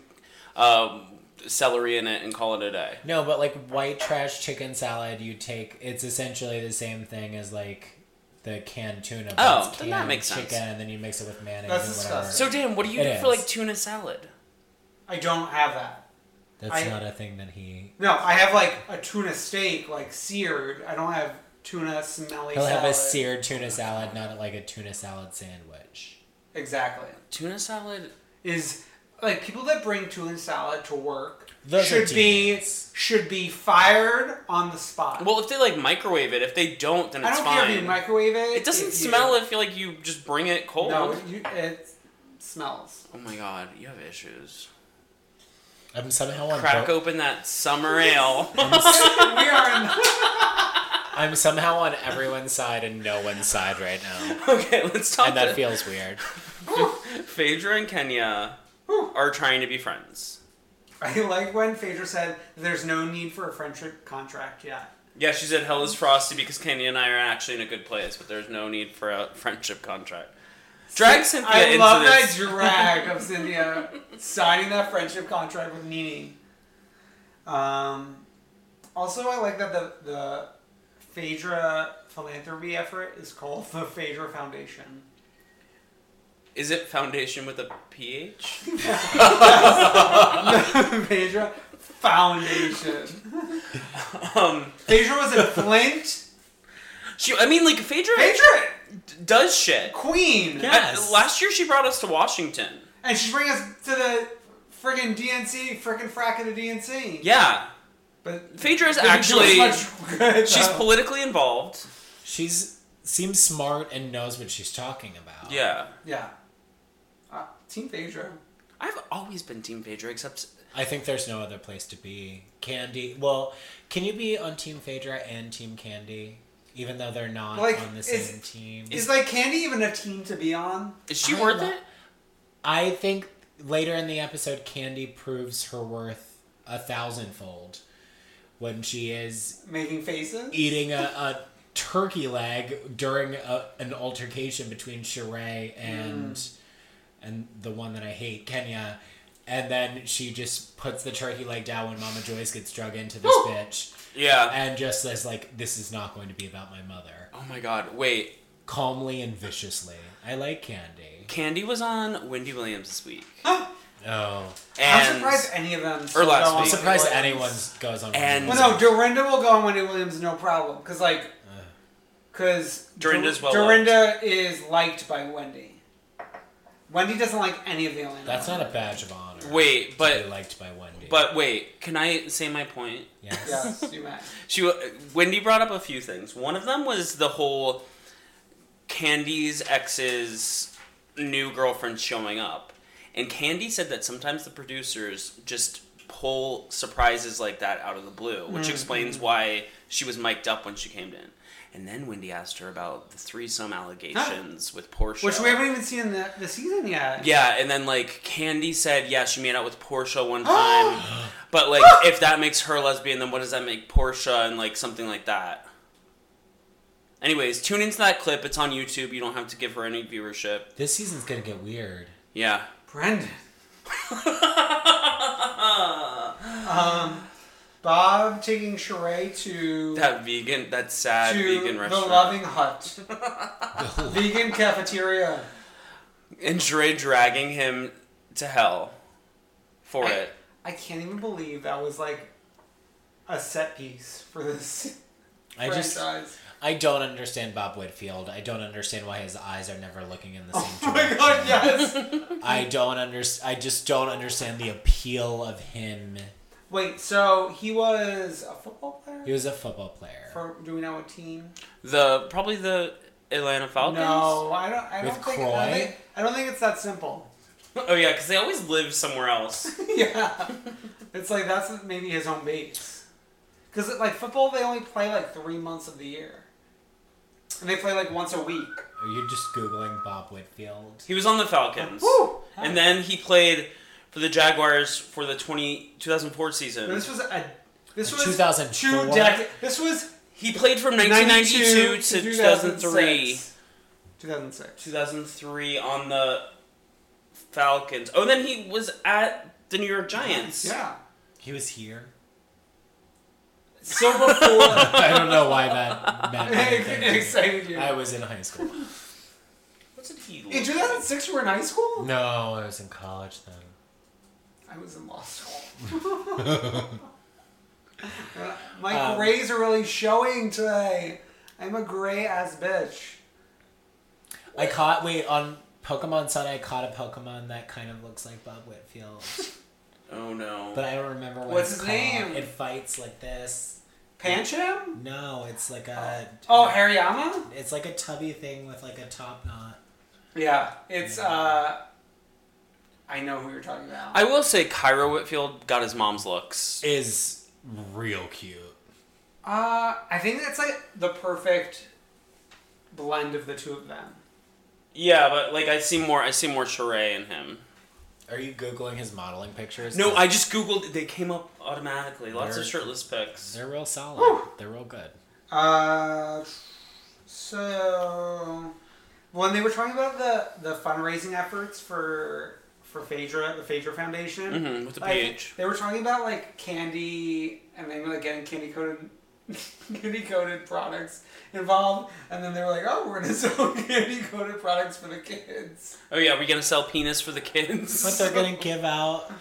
S1: um celery in it, and call it a day.
S3: No, but like white trash chicken salad, you take it's essentially the same thing as like the canned tuna. but
S1: Oh,
S3: it's
S1: then that
S3: canned
S1: makes
S3: chicken,
S1: sense.
S3: And then you mix it with mayonnaise
S2: That's
S3: and whatever.
S2: disgusting.
S1: So Dan, what do you
S3: It
S1: do
S3: is.
S1: for like tuna salad?
S2: I don't have that.
S3: That's
S2: I-
S3: not a thing that he.
S2: No, I have like a tuna steak, like seared. I don't have tuna smelly.
S3: He'll
S2: salad.
S3: have a seared tuna salad, not like a tuna salad sandwich.
S2: Exactly.
S1: Tuna salad.
S2: Is like people that bring tuna salad to work
S3: Those are
S2: should be
S3: demons.
S2: should be fired on the spot.
S1: Well, if they like microwave it, if they don't, then
S2: I
S1: it's
S2: don't
S1: fine.
S2: care if you microwave it.
S1: it doesn't
S2: if you-
S1: smell if you like you just bring it cold.
S2: No, you, it smells.
S1: *laughs* Oh my god, you have issues.
S3: I'm somehow on.
S1: Crack
S3: bo-
S1: open that summer ale. *laughs*
S2: we are in,
S3: I'm somehow on everyone's side and no one's side right *laughs* now,
S1: okay, let's talk.
S3: and that
S1: That
S3: feels weird.
S1: Phaedra and Kenya are trying to be friends.
S2: *laughs* I like when Phaedra said there's no need for a friendship contract yet.
S1: Yeah, she said hell is frosty because Kenya and I are actually in a good place, but there's no need for a friendship contract. Drag Cynthia
S2: I
S1: into
S2: love
S1: this.
S2: that drag of Cynthia signing that friendship contract with Nini. Um, also, I like that the the Phaedra philanthropy effort is called the Phaedra
S1: *laughs*
S2: Foundation.
S1: Is it foundation with a ph?
S2: Phaedra Foundation.
S1: *laughs* Um,
S2: Phaedra was in Flint.
S1: she. I mean, like Phaedra,
S2: Phaedra
S1: d- does shit.
S2: Queen.
S3: Yeah.
S1: I-
S3: Yes.
S1: last year she brought us to Washington.
S2: And she's bringing us to the friggin' DNC, friggin' frack of the DNC.
S1: Yeah,
S2: But
S1: Phaedra's actually she's
S2: she's
S1: politically involved.
S3: She's seems smart and knows what she's talking about.
S1: Yeah,
S2: yeah. Uh, Team Phaedra.
S1: I've always been Team Phaedra, except
S3: I think there's no other place to be. Candy. Well, can you be on Team Phaedra and Team Candy, even though they're not
S2: Like,
S3: on the
S2: is-
S3: same team?
S2: Is like Candy even a team to be on?
S1: is she
S3: I
S1: worth
S3: lo-
S1: it?
S3: I think later in the episode, Candy proves her worth a thousandfold when she is
S2: Making faces?
S3: eating a, a turkey leg during a, an altercation between Sheree and and the one that I hate, Kenya. And then she just puts the turkey leg down when Mama Joyce gets drug into this bitch,
S1: Yeah.
S3: and just says like, "This is not going to be about my mother."
S1: Oh my God! Wait,
S3: Calmly and viciously. I like Candy.
S1: Candy was on Wendy Williams this week,
S3: Oh,
S2: I'm
S1: and
S2: surprised any of them. go
S1: Or last
S2: on
S1: week.
S3: I'm surprised
S2: Wendy
S3: anyone
S2: Williams.
S3: goes on.
S1: And-
S3: Wendy's.
S2: Well, no, Dorinda will go on Wendy Williams, no problem. Because, like, because
S1: Dorinda's well
S2: Dorinda is liked by Wendy. Wendy doesn't like any of the Atlanta.
S3: That's not a badge of honor.
S1: Wait,
S3: to
S1: but-
S3: be liked by Wendy.
S1: but wait, can I say my point?
S3: yes.
S2: Yes, you may.
S1: She Wendy brought up a few things. One of them was the whole Candy's ex's new girlfriend showing up. And Candy said that sometimes the producers just pull surprises like that out of the blue, which
S2: Mm-hmm.
S1: explains why she was mic'd up when she came in. And then Wendy asked her about the threesome allegations with Portia.
S2: Which we haven't even seen the, the season yet.
S1: Yeah, and then like Candy said, yeah, she made out with
S2: *gasps*
S1: Portia one time. but like, if that makes her lesbian, then what does that make Portia and like something like that? Anyways, tune into that clip. It's on YouTube. You don't have to give her any viewership.
S3: This season's gonna get weird.
S1: Yeah.
S2: Brendan. *laughs* um, Bob taking Sheree to
S1: That vegan, that sad
S2: to
S1: vegan
S2: the
S1: restaurant.
S2: Loving Hut, vegan cafeteria.
S1: and Dre dragging him to hell for
S2: I-
S1: it.
S2: I can't even believe that was like a set piece for this
S3: I just,
S2: franchise.
S3: *laughs* I don't understand Bob Whitfield. I don't understand why his eyes are never looking in the same
S2: oh my
S3: direction.
S2: god, yes.
S3: I don't understand. I just don't understand the appeal of him.
S2: Wait, so he was a football player.
S3: He was a football player.
S2: for, do we know what team?
S1: The probably the Atlanta Falcons.
S2: No, I don't. I don't
S3: With
S2: think. I don't
S3: Croy?
S2: think, I don't think it's that simple.
S1: Oh yeah, because they always live somewhere else.
S2: *laughs* yeah. It's like that's maybe his own base. Because like football, they only play like three months of the year, and they play like once a week.
S3: Are you just googling Bob Whitfield?
S1: He was on the
S2: *laughs*
S1: Falcons.
S2: Woo!
S1: And then he played for the Jaguars for the 20, 2004
S2: But
S1: season.
S2: this was a this was
S3: 2004?
S2: two decades. This was
S1: He played from
S2: 1992
S1: 1992 to 2003.
S2: 2006.
S1: 2003 on the Falcons. Oh, then he was at the New York Giants.
S2: Yeah.
S3: He was here.
S2: So *laughs*
S3: *laughs*
S2: before
S3: I don't know why that
S2: *laughs*
S3: meant
S2: it
S3: anything.
S2: excited you.
S3: I was in high school.
S1: What did he
S2: in
S1: look?
S2: 2006, you were in high school.
S3: No, I was in college then.
S2: I was in law *laughs* school. Uh, My grays are really showing today. I'm a gray ass bitch.
S3: I caught wait on Pokemon Sun. I caught a Pokemon that kind of looks like Bob Whitfield,
S1: Oh, no.
S3: but I don't remember what
S2: What's
S3: it's
S2: his
S3: called.
S2: name?
S3: It fights like this.
S2: Pancham?
S3: No, it's like a
S2: Oh, Hariyama?
S3: it's like a tubby thing with like a top knot.
S2: Yeah, it's, uh. I know who you're talking about.
S1: I will say Kyra Whitfield got his mom's looks.
S3: Is real cute.
S2: Uh, I think that's like the perfect blend of the two of them.
S1: Yeah, but like I see more I see more Sheree in him.
S3: Are you googling his modeling pictures?
S1: No, I just googled they came up automatically. Lots of
S3: Nerd.
S1: shirtless pics.
S3: They're real solid. They're real good.
S2: Uh. So. When they were talking about the, the fundraising efforts for for Phaedra, the Phaedra Foundation,
S1: Mhm, with the
S2: like,
S1: PH.
S2: they were talking about like candy and they were like getting candy *laughs* coated candy coated products involved, and then they were like, "Oh, we're gonna *laughs* sell candy coated products for the kids." *laughs*
S1: Oh yeah, we're gonna sell penis for the kids.
S3: But they're gonna give out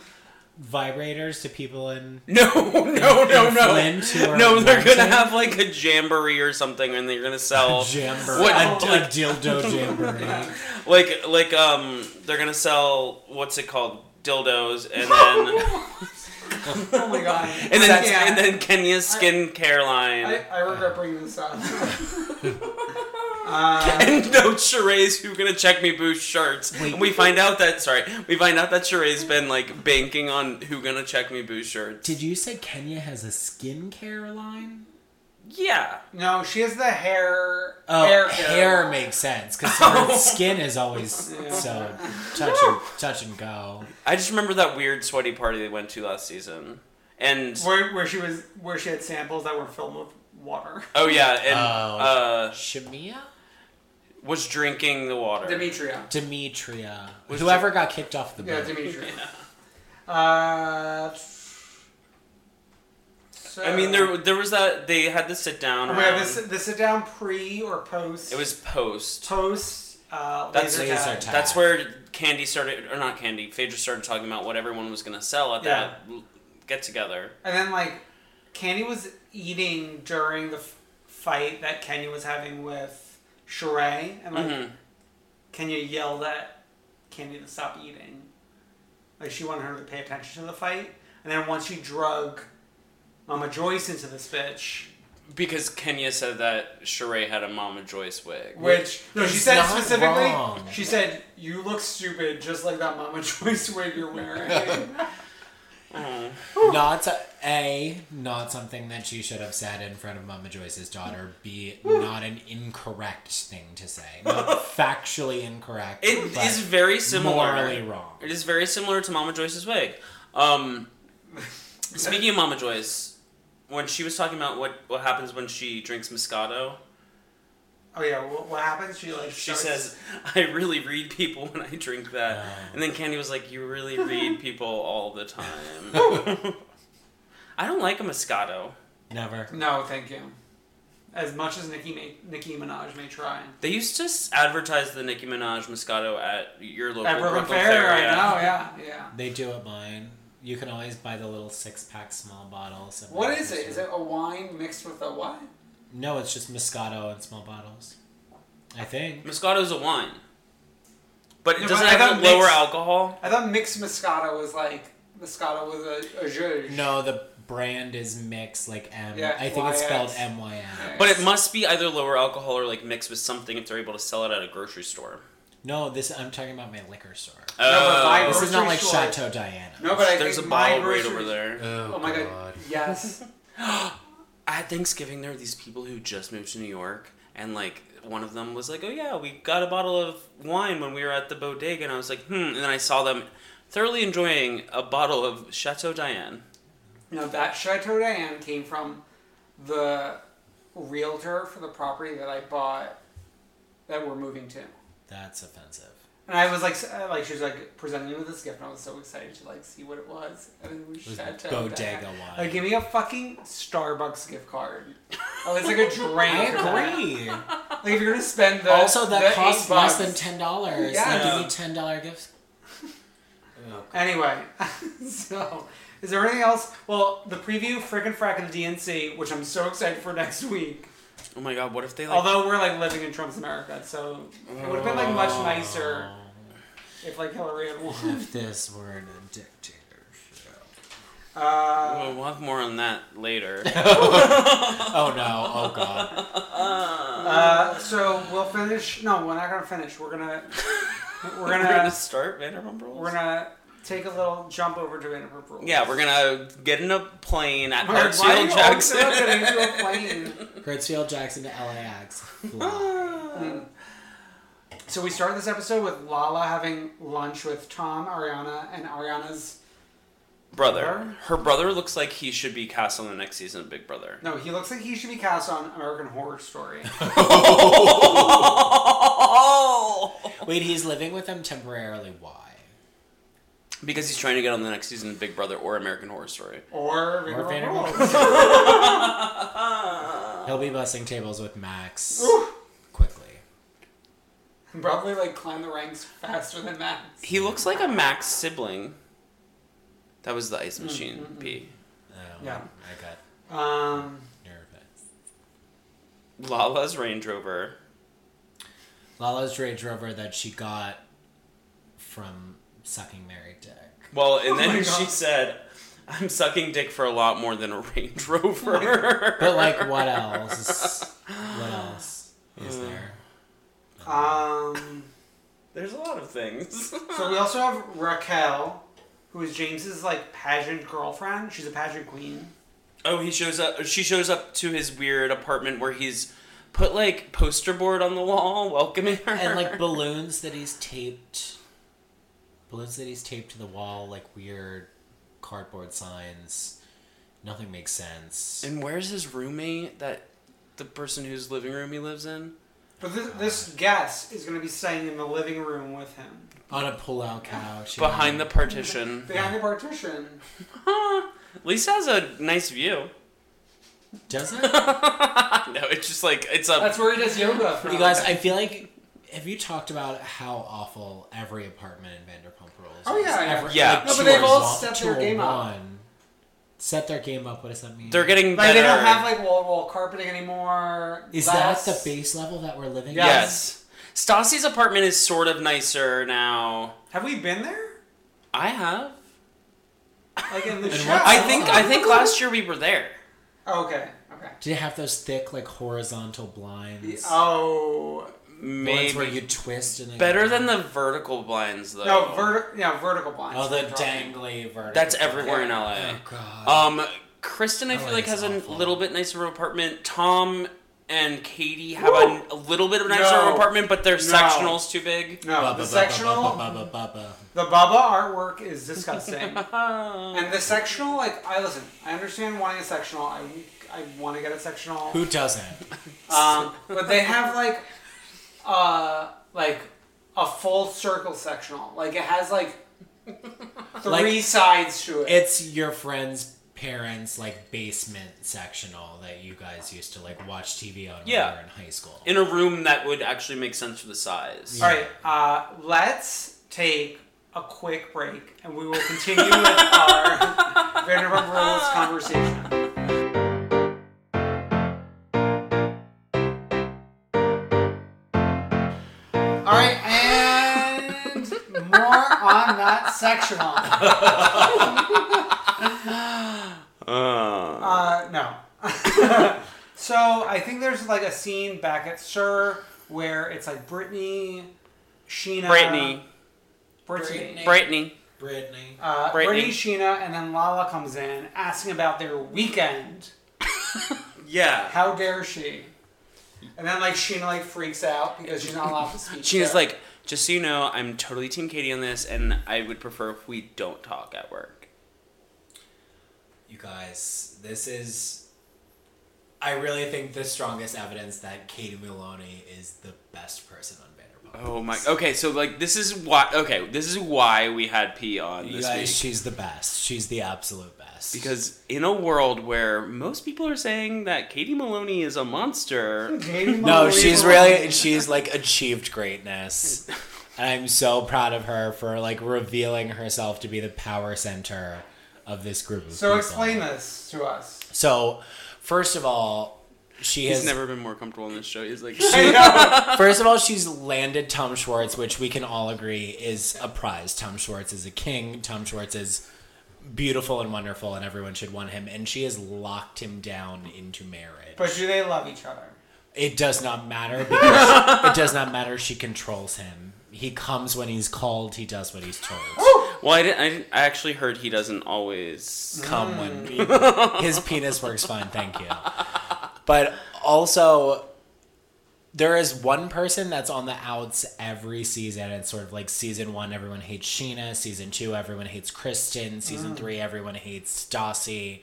S3: vibrators to people in
S1: *laughs* No, no, no, no.
S3: Flynn to our
S1: No, they're
S3: Wednesday?
S1: gonna have like a jamboree or something, and they're gonna
S3: *laughs*
S1: sell
S3: jamboree.
S1: What-
S3: a, a
S1: like-
S3: dildo *laughs* jamboree.
S1: like like um they're gonna sell what's it called dildos, and then
S3: *laughs*
S2: Oh my god!
S1: *laughs* and then
S2: Yeah.
S1: and then Kenya's skincare line.
S2: I, I regret bringing this up.
S1: *laughs*
S2: *laughs*
S1: and no Sheree's who gonna check me boo shirts. and we find out that sorry, we find out that Sheree's been like banking on who gonna check me boo shirts.
S3: Did you say Kenya has a skincare line?
S1: Yeah.
S2: no, she has the hair.
S3: Oh, hair,
S2: hair. care line.
S3: makes sense *laughs* because her skin is always so touch and, touch and go.
S1: I just remember that weird sweaty party they went to last season. And
S2: Where, where she was, where she had samples that were filled with water.
S1: oh yeah, and
S3: Oh.
S1: uh
S3: Shamia,
S1: was drinking the
S2: *laughs*
S1: water.
S2: Demetria.
S3: Demetria, whoever got kicked off the
S2: Yeah,
S3: boat.
S2: Demetria. Uh, so,
S1: I mean there there was that they had the sit down.
S2: We
S1: round.
S2: have Oh, this, the sit down pre or post.
S1: Um, it was post.
S2: post. Uh,
S1: That's
S2: laser
S3: laser
S2: tag.
S3: tag.
S1: That's where Candy started or not Candy, Phaedra started talking about what everyone was gonna sell at
S2: Yeah.
S1: that get together.
S2: And then like, Candy was eating during the f- fight that Kenya was having with Sheree, and like, Kenya yelled at Candy to stop eating. Like she wanted her to pay attention to the fight, and then once she drug Mama Joyce into this bitch,
S1: Because Kenya said that Sheree had a Mama Joyce wig.
S2: which no, she
S3: It's
S2: said
S3: not
S2: specifically,
S3: wrong.
S2: she said you look stupid just like that Mama *laughs* Joyce wig you're wearing.
S3: Not a not something that she should have said in front of Mama Joyce's daughter. B not an incorrect thing to say.
S2: *laughs*
S3: Not factually incorrect.
S1: It is
S3: but
S1: very similar.
S3: morally wrong.
S1: It is very similar to Mama Joyce's wig. Um, speaking of Mama Joyce, when she was talking about what, what happens when she drinks Moscato,
S2: oh yeah, what, what happens? She like
S1: she
S2: starts-
S1: says, I really read people when I drink that. And then Candy was like, You really read people all the time. I don't like a Moscato.
S3: Never.
S2: no, thank you. As much as Nicki may, Nicki Minaj may try.
S1: They used to s- advertise the Nicki Minaj Moscato at your local
S2: At Brooklyn Fair, I know, yeah, yeah.
S3: They do it mine. You can always buy the little six pack small bottles. of
S2: What
S3: that
S2: is it? Is
S3: Moscato.
S2: it a wine mixed with a what?
S3: No, it's just Moscato in small bottles. I think.
S1: Moscato is a wine. But it
S2: No, but
S1: doesn't
S2: I
S1: have
S2: thought
S1: a lower
S2: mixed-
S1: alcohol.
S2: I thought mixed Moscato was like Moscato with a, a zhuzh.
S3: No, the brand is mixed like M. I
S2: Yeah,
S3: think it's spelled
S2: YX.
S3: M Y M.
S1: But it must be either lower alcohol or like mixed with something if they're able to sell it at a grocery store.
S3: No, this I'm talking about my liquor store.
S2: my
S3: This is not
S2: grocery
S3: like
S2: store-
S3: Chateau Diana.
S2: No, but I
S1: uh, Oh, There's a
S2: think my
S1: bottle right
S2: grocery-
S1: over there.
S3: Oh,
S2: Oh my god.
S3: *laughs*
S2: Yes.
S1: At Thanksgiving, there are these people who just moved to New York, and like one of them was like, "Oh yeah, we got a bottle of wine when we were at the bodega," and I was like, "Hmm," and then I saw them thoroughly enjoying a bottle of Chateau Diane.
S2: No, that Chateau Diane came from the realtor for the property that I bought that we're moving to.
S3: That's offensive.
S2: And I was like, s- uh, like she was like presenting me with this gift, and I was so excited to like see what it was. And it was Chateau
S3: bodega
S2: Diane.
S3: wine.
S2: Like, give me a fucking Starbucks gift card. Oh, it's
S3: *laughs*
S2: like a drink.
S3: I
S2: for that.
S3: *laughs* agree.
S2: Like, if you're gonna spend the
S3: also, that
S2: the
S3: costs
S2: eight
S3: less
S2: bucks-
S3: than ten dollars.
S2: Yeah.
S3: Like, give me ten dollar gifts.
S2: Anyway, *laughs* so is there anything else? Well, the preview, frickin' frack of the DNC, which I'm so excited for next week.
S1: Oh my god, what if they like?
S2: Although we're like living in Trump's America, so it would have been like much nicer
S3: Oh.
S2: if like Hillary had won.
S3: If this were a dictatorship.
S2: Uh,
S1: Well, we'll have more on that *laughs* later.
S3: Oh no! Oh god!
S2: uh, so we'll finish. No, we're not gonna finish. We're
S1: *laughs*
S2: gonna we're
S1: we're gonna
S2: gonna
S1: start Vanderpump Rules.
S2: we're gonna take a little jump over to Vanderpump Rules.
S1: Yeah, we're gonna get in a plane at
S2: *laughs* Why- why are
S1: Hartsfield
S2: you
S1: Jackson.
S2: always getting
S1: *laughs*
S2: into a plane?
S3: Hertzfield Jackson to LAX. Fly.
S2: So we start this episode with Lala having lunch with Tom, Ariana, and Ariana's
S1: brother. Her brother looks like he should be cast on the next season of Big Brother.
S2: No, he looks like he should be cast on American Horror
S1: *laughs*
S2: Story.
S1: Oh!
S3: Wait, he's living with them temporarily. Why?
S1: Because he's trying to get on the next season of Big Brother or American Horror Story.
S2: or
S3: Or
S2: Vanderpump Rules.
S3: Vanderbilt. He'll be busting tables with Max quickly.
S2: *laughs* Probably like climb the ranks faster than Max.
S1: He looks like a Max sibling. That was the ice machine
S2: Mm-hmm.
S1: P.
S3: Oh,
S2: Yeah.
S3: I got
S2: Um,
S3: nervous.
S1: Lala's Range Rover.
S3: Lala's Rage Rover that she got from sucking Mary Dick.
S1: Well, and
S2: Oh my
S1: then she
S2: God.
S1: said, "I'm sucking dick for a lot more than a
S2: *laughs*
S1: Range Rover."
S3: But like, what else? What else is
S2: *sighs*
S3: there?
S2: um,
S1: There's a lot of things. *laughs*
S2: so we also have Raquel, who is James's like pageant girlfriend. She's a pageant queen.
S1: Oh, he shows up. She shows up to his weird apartment where he's put like poster board on the wall welcoming her.
S3: And
S1: *laughs*
S3: like balloons that he's taped. Balloons that he's taped to the wall, like weird cardboard signs. Nothing makes sense.
S1: and where's his roommate? That the person whose living room he lives in.
S2: But this, this guest is going to be staying in the living room with him.
S3: On a pull-out couch. you
S1: Behind
S3: know.
S2: *laughs*
S1: the partition.
S2: Behind the partition.
S1: Lisa has a nice view. *laughs*
S3: Does it?
S1: No, it's just like it's a.
S2: That's where he does yoga from.
S3: you guys, I feel like. Have you talked about how awful every apartment in Vanderpump Rules?
S2: Oh,
S3: is?
S2: yeah, yeah.
S3: Every-
S1: Yeah.
S3: like,
S1: No,
S2: but
S3: to
S2: they've
S3: a
S2: all
S3: wa-
S2: set
S3: to
S2: their
S3: a
S2: game up.
S3: one. Set their game up. What does that mean?
S1: they're getting better.
S2: like they don't have like wall to wall carpeting anymore.
S3: Is
S2: Less-
S3: that the base level that we're living?
S2: Yeah.
S1: Yes. Stassi's apartment is sort of nicer now.
S2: Have we been there?
S1: I have.
S2: Like in the show?
S3: what-
S1: I think I think last year we were there.
S2: Oh, okay. Okay.
S3: in? Did it have those thick, like horizontal blinds?
S2: Oh.
S3: The ones
S1: Maybe
S3: where you twist and then-
S1: better than the vertical blinds though.
S2: No, verti- yeah, vertical blinds.
S3: oh the
S2: Vertical.
S3: dangly vertical.
S1: That's everywhere in LA.
S3: Oh god.
S1: Um, Kristen, I
S3: Oh,
S1: feel like
S3: it's
S1: has a
S3: awful.
S1: little bit nicer apartment. Tom and Katie have
S2: Woo!
S1: a, a little bit of a nicer
S2: No.
S1: apartment, but their
S2: No.
S1: sectional's too big.
S2: No,
S3: Bubba,
S2: the
S3: bubba,
S2: sectional,
S3: bubba, bubba, bubba.
S2: the Bubba artwork is *laughs* disgusting. and the sectional, like, I listen, I understand wanting a sectional. I, I want to get a sectional.
S3: Who doesn't?
S2: Um, *laughs* but they have like, uh, like a full circle sectional. Like it has like three
S3: Like,
S2: sides to it.
S3: It's your friend's parents' like basement sectional that you guys used to like watch TV on
S1: Yeah.
S3: when you were in high school.
S1: In a room that would actually make sense for the size.
S2: All right, uh, let's take a quick break, and we will continue with our Vanderpump Rules conversation. All right, and more on that sectional. Uh, no. *laughs* so I think there's like a scene back at Sir where it's like Brittany, Sheena,
S1: Brittany,
S2: Brittany,
S1: Brittany,
S3: Brittany.
S2: uh,
S1: Brittany.
S2: Brittany, Sheena, and then Lala comes in asking about their weekend.
S1: yeah.
S2: How dare she? And then like Sheena like freaks out because she's not allowed to speak.
S1: Sheena's
S2: there.
S1: like, just so you know, I'm totally Team Katie on this, and I would prefer if we don't talk at work.
S3: You guys, this is. I really think the strongest evidence that Katie Maloney is the best person on Vanderpump.
S1: Oh my. Okay, so like this is why. Okay, this is why we had P on
S3: You
S1: this
S3: guys,
S1: week.
S3: she's the best. She's the absolute best.
S1: Because in a world where most people are saying that Katie Maloney is a monster,
S2: Katie
S3: no,
S2: Maloney.
S3: she's really she's like achieved greatness, and I'm so proud of her for like revealing herself to be the power center of this group of
S2: So
S3: people.
S2: explain this to us.
S3: *laughs*
S2: *laughs*
S3: So, first of all, she
S1: he's
S3: has
S1: never been more comfortable on this show. He's *laughs* like,
S3: First of all, she's landed Tom Schwartz, which we can all agree is a prize. Tom Schwartz is a king. Tom Schwartz is beautiful and wonderful, and everyone should want him. And she has locked him down into marriage.
S2: But do they love each other?
S3: it does not matter because it does not matter. She controls him. He comes when he's called. He does what he's told.
S1: well, I didn't. I, didn't, I actually heard he doesn't always.
S3: Come when his penis works fine. Thank you. But also, there is one person that's on the outs every season. It's sort of like season one, everyone hates Sheena. Season two, everyone hates Kristen. Season three, everyone hates Stassi.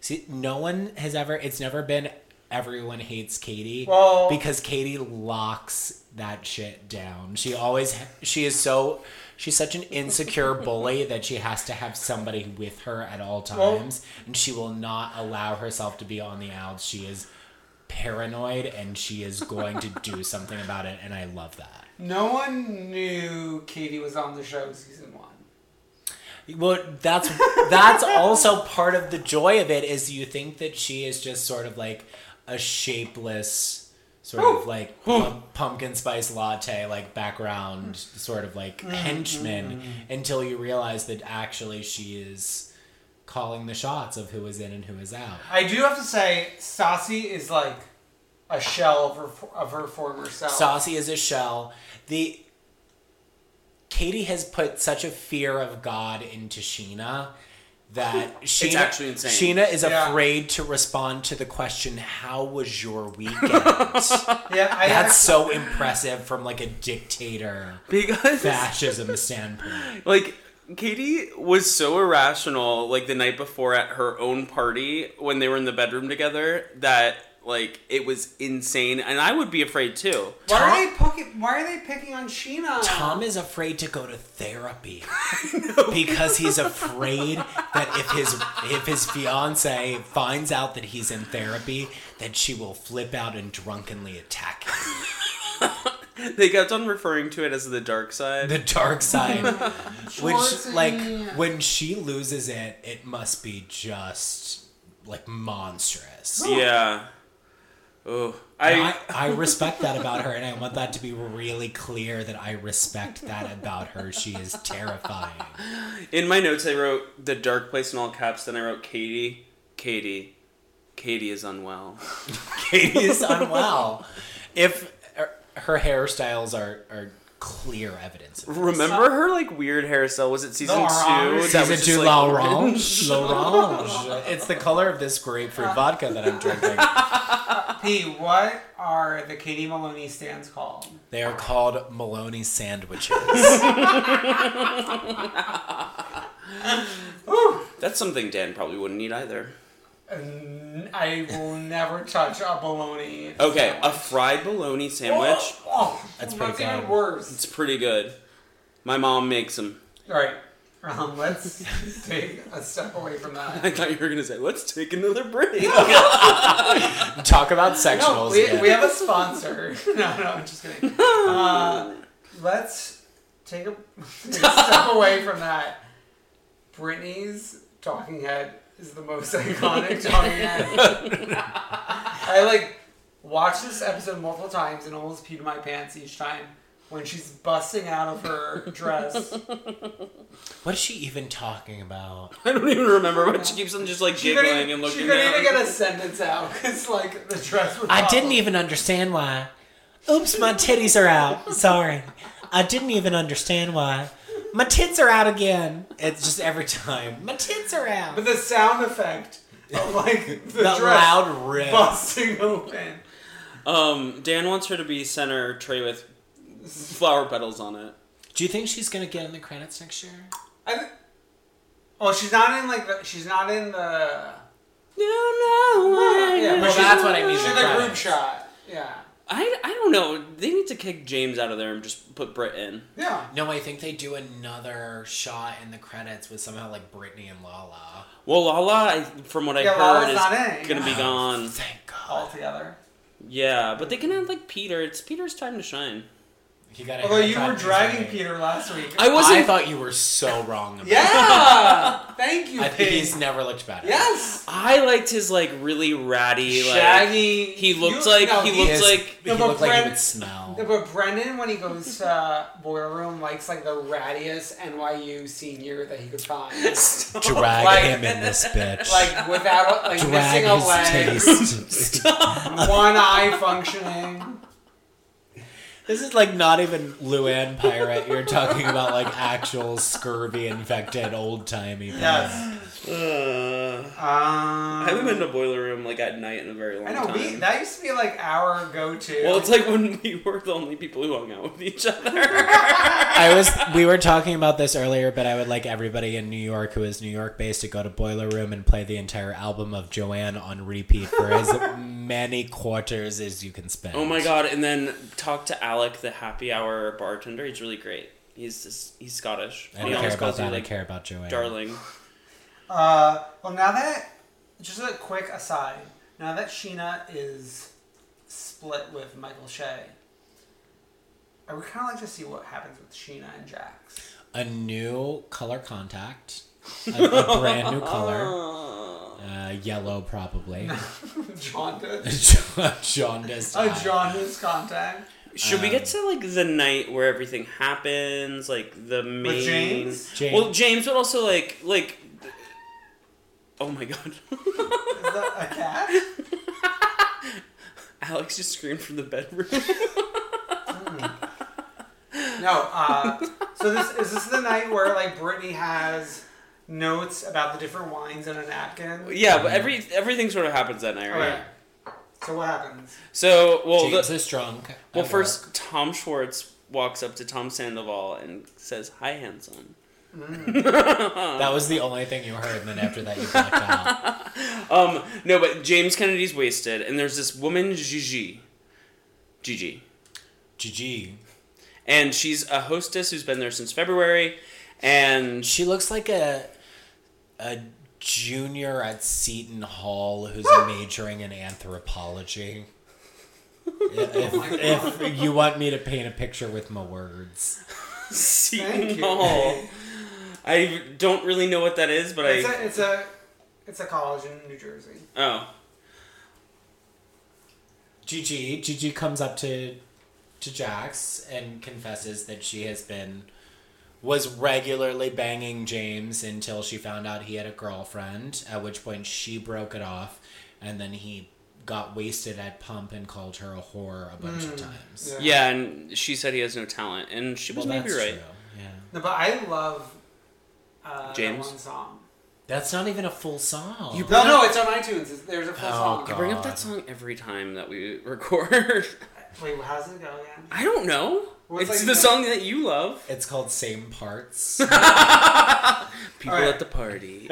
S3: See, no one has ever. It's never been everyone hates Katie
S2: Well-
S3: because Katie locks that shit down. She always. She is so. She's such an insecure bully that she has to have somebody with her at all times, and she will not allow herself to be on the outs. She is paranoid and she is going to *laughs* do something about it and i love that
S2: No one knew Katie was on the show season one.
S3: well that's that's also part of the joy of it is you think that she is just sort of like a shapeless sort of like pum- pumpkin spice latte like background sort of like henchman until you realize that actually she is calling the shots of who is in and who is out
S2: I do have to say, Stassi is like a shell of her, of her former self.
S3: Saucy is a shell. The Katie has put such a fear of God into Sheena
S1: *laughs*
S3: that Sheena,
S1: actually insane.
S3: Sheena is
S2: Yeah.
S3: afraid to respond to the question, "How was your weekend?" That's
S2: yeah, I
S3: so impressive from like a dictator
S1: Because
S3: fascism standpoint.
S1: like Katie was so irrational like the night before at her own party when they were in the bedroom together that like it was insane and I would be afraid too.
S2: Why are they poking, Why are they picking on Sheena?
S3: Tom is afraid to go to therapy because he's afraid that if his if his fiance finds out that he's in therapy, that she will flip out and drunkenly attack him. *laughs*
S1: They kept on referring to it as the dark
S3: *gasps*
S1: side.
S3: the dark side which
S2: Schwarzenegger.
S3: like when she loses it it must be just like monstrous
S1: yeah. Oh,
S3: And I, I respect that about her and i want that to be really clear that i respect that about her she is terrifying
S1: In my notes, I wrote the dark place in all caps. Then I wrote Katie, Katie, Katie is
S3: *laughs*
S1: unwell.
S3: katie
S2: *laughs*
S3: is unwell if her- her hairstyles are, are clear evidence of
S1: Remember her like weird hairstyle? Was it season two?
S2: orange.
S1: that was
S3: Is it
S1: just,
S3: du
S1: like,
S3: l'orange?
S2: *laughs*
S3: L'orange. It's the color of this grapefruit vodka that I'm drinking.
S2: P, what are the Katie Maloney stands called?
S3: They are called Maloney sandwiches.
S2: *laughs*
S1: That's something Dan probably wouldn't eat either.
S2: N- I will never touch a bologna.
S1: Okay, a fried bologna
S3: *gasps*
S1: sandwich. *gasps*
S2: Oh,
S3: Oh,
S2: that's,
S3: That's pretty
S2: even
S3: bad.
S2: worse.
S1: It's pretty good. My mom makes them.
S2: All right, um, let's *laughs* take a step away from
S1: I
S2: that.
S1: thought you were gonna say, "Let's take another
S2: *laughs*
S1: break."
S3: Talk about
S2: No,
S3: sectionals.
S2: we,
S3: again.
S2: we have a sponsor. *laughs* No, no, I'm just
S3: *laughs*
S2: kidding. Uh, let's take a, *laughs* take a step away from that. Britney's talking head is the
S3: *laughs*
S2: most iconic talking head. I like watched this episode multiple times and almost peed my pants each time when she's busting out of her dress.
S3: what is she even talking about?
S1: I don't even remember, but she keeps on just like
S2: She
S1: giggling
S2: couldn't,
S1: and
S2: she
S1: looking.
S2: couldn't
S1: down.
S2: even get a sentence out because like the dress was.
S3: I
S2: off.
S3: didn't e- even understand why. Oops, my titties are out. Sorry. I didn't even understand why. My tits are out again. It's just every time. My tits are out.
S2: But the sound effect of like the
S3: that
S2: dress *laughs*
S3: loud rip.
S2: busting open.
S1: Um, Dan wants her to be center tray with flower petals on it.
S3: Do you think she's gonna get in the credits next year?
S2: I th- oh, she's not in like the. She's not in the. Yeah, but
S3: Well,
S2: she's-
S3: that's what I mean,
S2: She's
S3: the
S2: in the group
S3: credits.
S2: shot. Yeah.
S1: I, I don't know. They need to kick James out of there and just put Brit in.
S2: Yeah.
S3: No, I think they do another shot in the credits with somehow like Britney and Lala.
S1: Well, Lala, I, from what I
S2: Yeah,
S1: heard,
S2: Lala's not in it,
S1: is gonna be gone.
S3: Thank
S2: All
S3: God.
S2: together.
S1: Yeah, but they can add like Peter. It's Peter's time to shine.
S3: You got
S2: Although you were dragging Peter last week.
S1: I wasn't.
S3: I thought you were so wrong about *laughs*
S2: yeah. Thank you.
S3: I think
S2: Pete.
S3: he's never looked better.
S2: Yes.
S1: I liked his like really ratty, like
S2: Shaggy.
S1: he looked
S2: You-
S1: like
S2: no,
S1: he
S2: he
S1: looked
S3: He, is,
S1: like
S3: he
S2: No, but
S3: looked like he
S2: Brent-
S3: would smell.
S2: Yeah, but Brendan, when he goes to uh, Boiler Room, likes like the rattiest NYU senior that he could
S3: *laughs*
S2: find. *laughs*
S3: Drag
S2: Like-
S3: him in this bitch.
S2: like without like
S3: Drag
S2: missing a leg,
S3: his
S2: *laughs*
S3: taste.
S2: one eye functioning.
S3: this is like not even Luann Pirate. You're talking about like actual scurvy infected old timey.
S2: Yes.
S1: Uh,
S2: Um,
S1: I haven't been to Boiler Room like at night in a very long
S2: I know
S1: time.
S2: we that used to be like our go-to.
S1: well, it's like when we were the only people who hung out with each other.
S3: I was. We were talking about this earlier, but I would like everybody in New York who is New York based to go to Boiler Room and play the entire album of Joanne on repeat for as
S1: *laughs*
S3: many quarters as you can
S1: *laughs*
S3: spend.
S1: oh *laughs* my god! And then talk to Alec, the happy hour bartender. He's really great. He's just, he's Scottish.
S3: I
S1: he
S3: don't care
S1: always
S3: about
S1: calls
S3: that.
S1: you
S3: I
S1: like
S3: care about Joanne.
S1: darling.
S2: Uh, well, now that just a quick aside, now that Sheena is split with Michael Shea, I would kind of like to see what happens with Sheena and Jax. *laughs*
S3: A new
S1: *laughs*
S3: color contact. A, a brand new color. Uh,
S1: *laughs*
S3: yellow, probably. *laughs*
S2: Jaundiced.
S3: Jaundiced.
S2: A
S3: eye.
S2: jaundiced contact
S1: Should
S3: Um,
S1: we get to like the night where everything happens, like the main?
S2: James?
S3: James.
S1: Well, James, but also like like. th- Oh my god! *laughs*
S2: is that a cat?
S1: Alex just screamed from the bedroom. *laughs*
S2: No. Uh, so this is this the night where like Brittany has notes about the different wines in a napkin.
S1: yeah, but every everything sort of happens that night, right?
S2: Okay. So what happens?
S1: So well, the,
S3: James is drunk.
S1: Well,
S3: at
S1: first,
S3: work.
S1: Tom Schwartz walks up to Tom Sandoval and says, "Hi, handsome."
S3: that was the only thing you heard, and then after that, you blacked *laughs* out.
S1: Um, no, but James Kennedy's wasted, and there's this woman, Gigi, Gigi,
S3: GG.
S1: and she's a hostess who's been there since February, and she,
S3: She looks like a a junior at Seton Hall *laughs* who's majoring in *laughs* anthropology. if, if if you want me to paint a picture with my words,
S1: *laughs*
S2: Thank you.
S1: Hall. I don't really know what that is, but
S2: It's
S1: I
S2: a it's a it's a college in New Jersey.
S1: oh
S3: Gigi Gigi comes up to to Jax and confesses that she has been was regularly banging James until she found out he had a girlfriend. At which point she broke it off, and then he got wasted at pump and called her a whore a bunch of times.
S1: yeah, and she said he has no talent, and she was
S3: Well,
S1: maybe
S3: that's
S1: right.
S3: true. Yeah.
S2: No, but I love uh,
S1: James?
S2: That one song.
S3: That's not even a full song.
S1: You-
S2: No, no, it's on iTunes. It's, there's a full
S3: Oh,
S2: song.
S3: God.
S1: Bring up that song every time that we record. *laughs*
S2: Wait, how does it go again?
S1: I don't know.
S2: What's
S1: it's
S2: like
S1: the
S2: that-
S1: song that you love.
S3: it's called
S1: *laughs*
S3: Same Parts.
S1: People
S2: Alright.
S1: at
S2: *laughs*
S1: the party.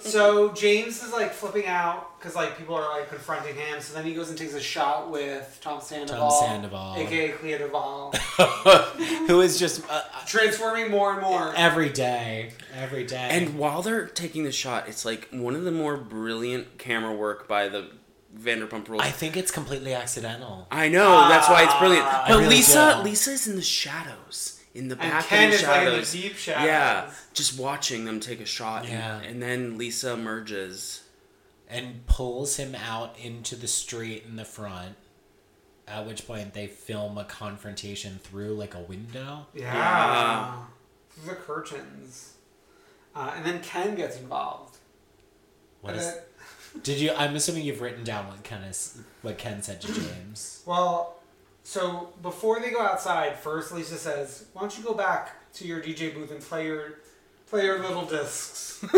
S2: So James is like flipping out because like people are like confronting him. So then he goes and takes a shot with Tom Sandoval,
S3: Sandoval.
S2: aka Clea Duvall,
S3: Who is just uh, uh,
S2: transforming more and more.
S3: every day, every day.
S1: and while they're taking the shot, it's like one of the more brilliant camera work by the Vanderpump Rules.
S3: I
S1: I,
S3: think it's completely accidental.
S1: know that's why it's brilliant. But
S3: Ah, really
S1: Lisa,
S3: do.
S1: Lisa's in the shadows, in the
S2: And
S1: back
S2: Ken
S1: of the
S2: is, like, in the
S1: shadows,
S2: deep shadows.
S1: Yeah, just watching them take a shot.
S3: Yeah.
S1: and, and then Lisa emerges.
S3: And pulls him out into the street in the front. At which point they film a confrontation through like a window.
S2: yeah, through the curtains, uh, and then Ken gets involved.
S3: What
S2: And
S3: is?
S2: then-
S3: Did you? I'm assuming you've written down what Ken is, what Ken said
S2: *clears throat*
S3: to James.
S2: Well, so before they go outside, first Lisa says, "Why don't you go back to your DJ booth and play your play your little discs?" *laughs*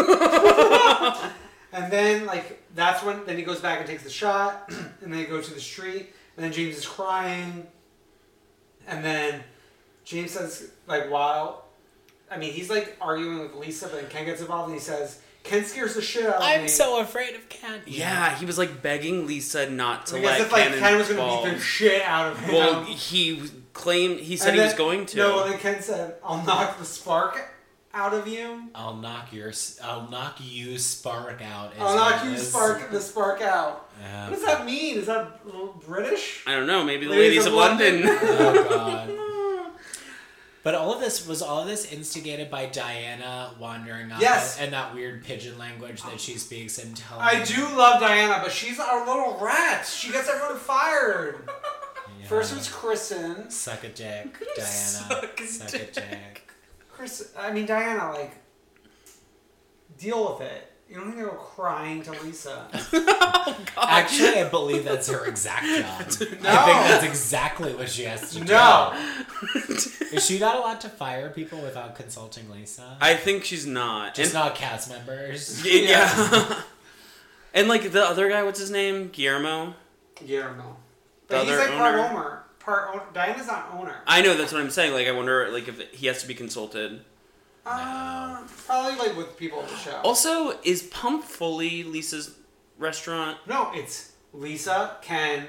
S2: and then like that's when then he goes back and takes the shot, *clears throat* and they go to the street, and then James is crying, and then James says like while. I mean, he's like arguing with Lisa, but then Ken gets involved and he says, Ken scares the shit out of me.
S3: I'm so afraid of Ken.
S1: Yeah, he was like begging Lisa not to
S2: Because
S1: let
S2: if like
S1: Ken
S2: Ken was going
S1: involve-
S2: to beat the shit out of him.
S1: Well, he claimed he said
S2: And
S1: he
S2: then-
S1: was going to.
S2: No, and then Ken said, "I'll knock the spark out of you.
S3: I'll knock your. s- I'll knock you spark out. as
S2: I'll knock
S3: well
S2: you
S3: as-
S2: spark the spark out."
S3: Yeah.
S2: What does that mean? Is that l- British?
S1: I don't know. Maybe the
S2: Ladies
S1: ladies
S2: of
S1: of London.
S2: *laughs*
S3: Oh god. But all of this was all of this instigated by Diana wandering off
S2: Yes.
S3: and that weird pigeon language that she speaks and telling
S2: I do love Diana, but she's a little rat. She gets everyone fired.
S3: Yeah.
S2: First was Kristen.
S3: suck a dick, Diana. Suck a dick.
S2: Chris, I mean Diana, like, deal with it. You don't need to go crying to Lisa.
S3: Actually, I believe that's her *laughs* exact job. I think
S2: No,
S3: that's exactly what she has to
S2: no.
S3: *laughs* do. Is she not allowed to fire people without consulting Lisa?
S1: I think she's not.
S3: Just
S1: And-
S3: not cast members.
S1: yeah. *laughs* And like the other guy, what's his name? Guillermo.
S2: Guillermo.
S1: The
S2: But he's
S1: other
S2: like part
S1: owner?
S2: owner. Part own Diana's not owner.
S1: I know that's what I'm saying. Like I wonder, like if he has to be consulted.
S2: Uh, probably like with people at the show.
S1: Also, is Pump fully Lisa's restaurant?
S2: no, it's Lisa, Ken,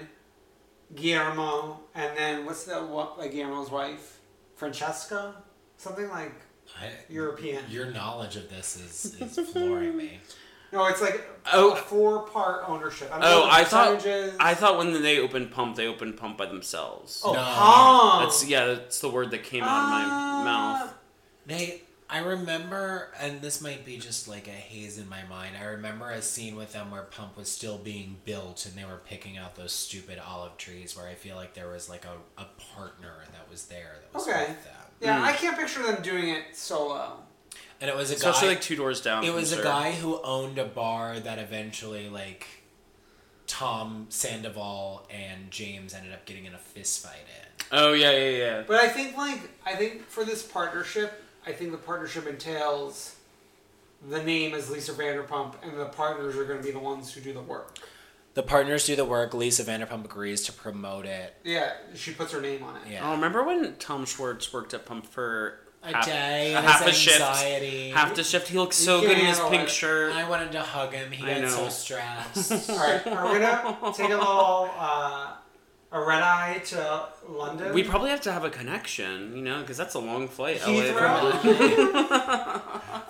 S2: Guillermo, and then what's the what, like Guillermo's wife, Francesca, something like
S3: I,
S2: European.
S3: your knowledge of this is, is flooring me.
S2: No, it's like
S1: Oh.
S2: a four-part ownership. I don't know
S1: Oh,
S2: the
S1: I thought
S2: percentages.
S1: I thought when they opened Pump, they opened Pump by themselves.
S2: Oh,
S3: No.
S2: Pom.
S1: That's yeah, that's the word that came out of
S3: Ah,
S1: my mouth.
S3: Nate, I remember, and this might be just like a haze in my mind. I remember a scene with them where Pump was still being built, and they were picking out those stupid olive trees. Where I feel like there was like a, a partner that was there that was
S2: Okay.
S3: with them,
S1: Hmm.
S2: Yeah, I can't picture them doing it solo.
S3: and it was a
S1: Especially
S3: guy.
S1: like two doors down.
S3: it
S1: from
S3: was a
S1: Sir.
S3: guy who owned a bar that eventually like Tom Sandoval and James ended up getting in a fist fight in.
S1: Oh yeah, yeah, yeah.
S2: But I think like I think for this partnership, I think the partnership entails the name is Lisa Vanderpump, and the partners are going to be the ones who do the work.
S3: The partners do the work. Lisa Vanderpump agrees to promote it.
S2: Yeah, she puts her name on it.
S3: Yeah.
S1: Oh, remember when Tom Schwartz worked at Pump for
S3: A day and his anxiety.
S1: shift? Half the shift. He looked so
S2: can't
S1: good in his
S2: handle
S1: pink
S2: it.
S1: shirt.
S3: I wanted to hug him. He
S1: I
S3: got
S1: know. *laughs*
S3: so stressed.
S2: All right, we're gonna take a little uh, a red eye to London.
S1: We probably have to have a connection, you know, because that's a long flight. LA to
S2: Heathrow.
S1: London.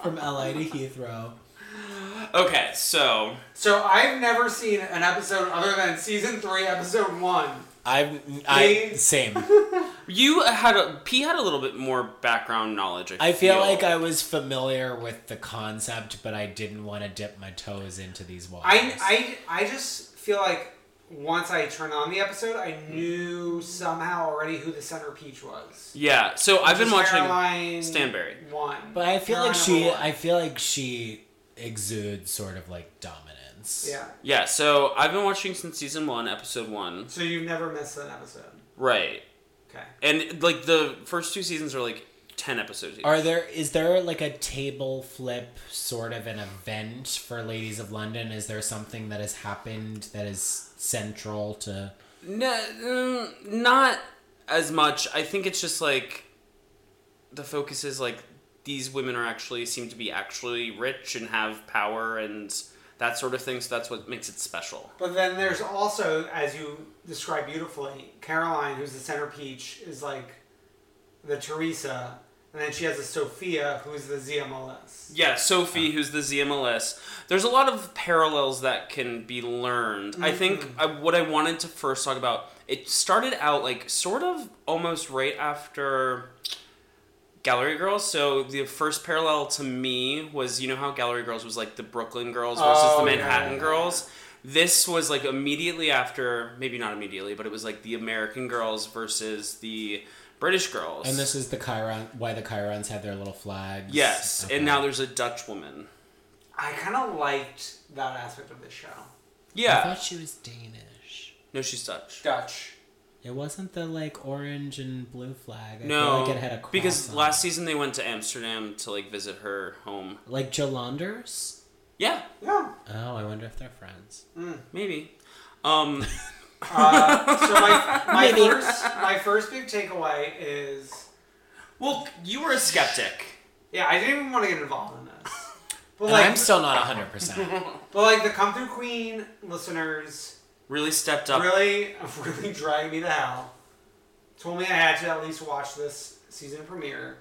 S3: From LA to Heathrow.
S1: Okay, so
S2: So I've never seen an episode other than season three, episode one.
S3: I've I
S2: Me?
S3: same.
S1: you had a P had a little bit more background knowledge. I,
S3: I feel like I was familiar with the concept, but I didn't want to dip my toes into these waters.
S2: I, I, I just feel like once I turn on the episode, I knew somehow already who the centerpiece was.
S1: Yeah, so I've been
S2: Just
S1: watching
S2: Caroline
S1: Stanberry.
S2: One.
S3: but I feel
S2: Caroline
S3: like she
S2: one.
S3: I feel like she exudes sort of like dominance.
S2: yeah.
S1: Yeah, so I've been watching since season one, episode one.
S2: So you've never missed an episode.
S1: Right,
S2: Okay.
S1: and like the first two seasons are like ten episodes. Each.
S3: Are there is there like a table flip sort of an event for Ladies of London? Is there something that has happened that is central to
S1: No, mm, not as much. I think it's just like the focus is like these women are actually seem to be actually rich and have power and that sort of thing. So that's what makes it special.
S2: But then there's also, as you describe beautifully, Caroline, who's the centerpiece, is like the Teresa, and then she has a Sophia, who's the Zia Moles.
S1: Yeah, Sophie, who's the ZMLS. There's a lot of parallels that can be learned. I think
S3: Mm-hmm.
S1: I, what I wanted to first talk about. It started out like sort of almost right after Gallery Girls. So the first parallel to me was you know how Gallery Girls was like the Brooklyn Girls versus
S2: Oh,
S1: the
S2: yeah,
S1: Manhattan
S2: yeah,
S1: Girls. This was like immediately after, maybe not immediately, but it was like the American Girls versus the British Girls.
S3: And this is the Chiron, why the Chirons had their little flags.
S1: yes,
S3: Okay.
S1: and now there's a Dutch woman.
S2: I kind of liked that aspect of the show.
S3: I
S1: Yeah,
S3: thought she was Danish.
S1: no, she's Dutch.
S2: Dutch.
S3: It wasn't the like orange and blue flag. I
S1: No,
S3: feel like it had a cross
S1: because
S3: on it.
S1: last season they went to Amsterdam to like visit her home.
S3: like Jalanders.
S1: Yeah,
S2: Yeah.
S3: Oh, I wonder if they're friends.
S1: maybe. Um, *laughs*
S2: Uh, so my, my first my first big takeaway is
S1: well, you were a skeptic.
S2: yeah I didn't even want to get involved in this, but
S3: And
S2: like
S3: I'm still not
S1: *laughs*
S3: hundred percent.
S2: but like the come through queen listeners
S1: Really stepped up.
S2: really really *laughs* dragged me to hell. Told me I had to at least watch this season premiere,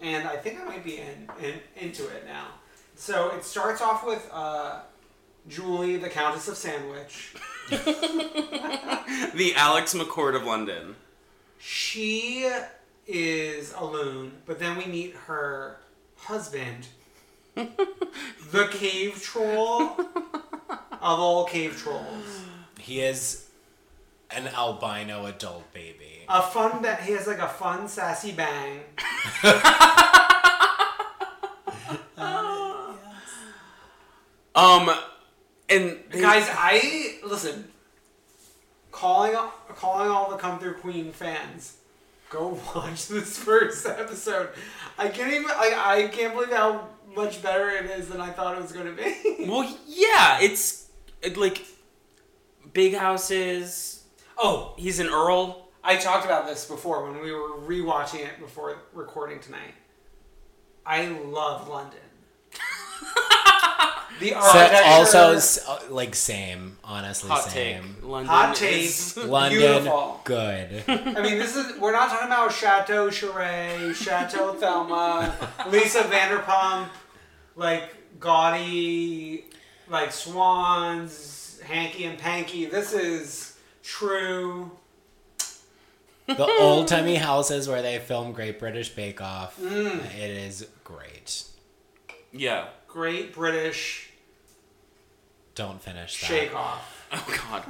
S2: and I think I might be in, in into it now. So it starts off with uh, Julie, the Countess of Sandwich.
S1: The Alex McCord of London.
S2: She is a loon, but then we meet her husband,
S3: *laughs*
S2: the cave troll of all cave trolls.
S3: he is an albino adult baby.
S2: A fun that he has like a fun sassy bang.
S1: Um, and they-
S2: Guys, I listen. Calling calling all the come through queen fans. Go *laughs* watch this first episode. I can't even. I, I can't believe how much better it is than I thought it was going to be. *laughs*
S1: Well, yeah, it's it, like big houses.
S2: Oh,
S1: He's an earl.
S2: I talked about this before when we were rewatching it before recording tonight. I love *laughs* London. the
S3: So
S2: architecture.
S3: also, s- uh, like same, honestly,
S1: Hot take.
S3: same.
S1: London
S2: Hot
S1: is-
S2: taste.
S3: London,
S2: Beautiful.
S3: good.
S2: I mean, this is we're not talking about Chateau Charest,
S1: *laughs*
S2: Chateau Thelma, Lisa Vanderpump, like gaudy, like swans, hanky and panky. This is true.
S3: the old timey houses where they film Great British Bake Off.
S1: Mm.
S3: It is great.
S1: *laughs* Yeah.
S2: Great British
S3: Don't finish that.
S2: Shake Off.
S1: Oh God.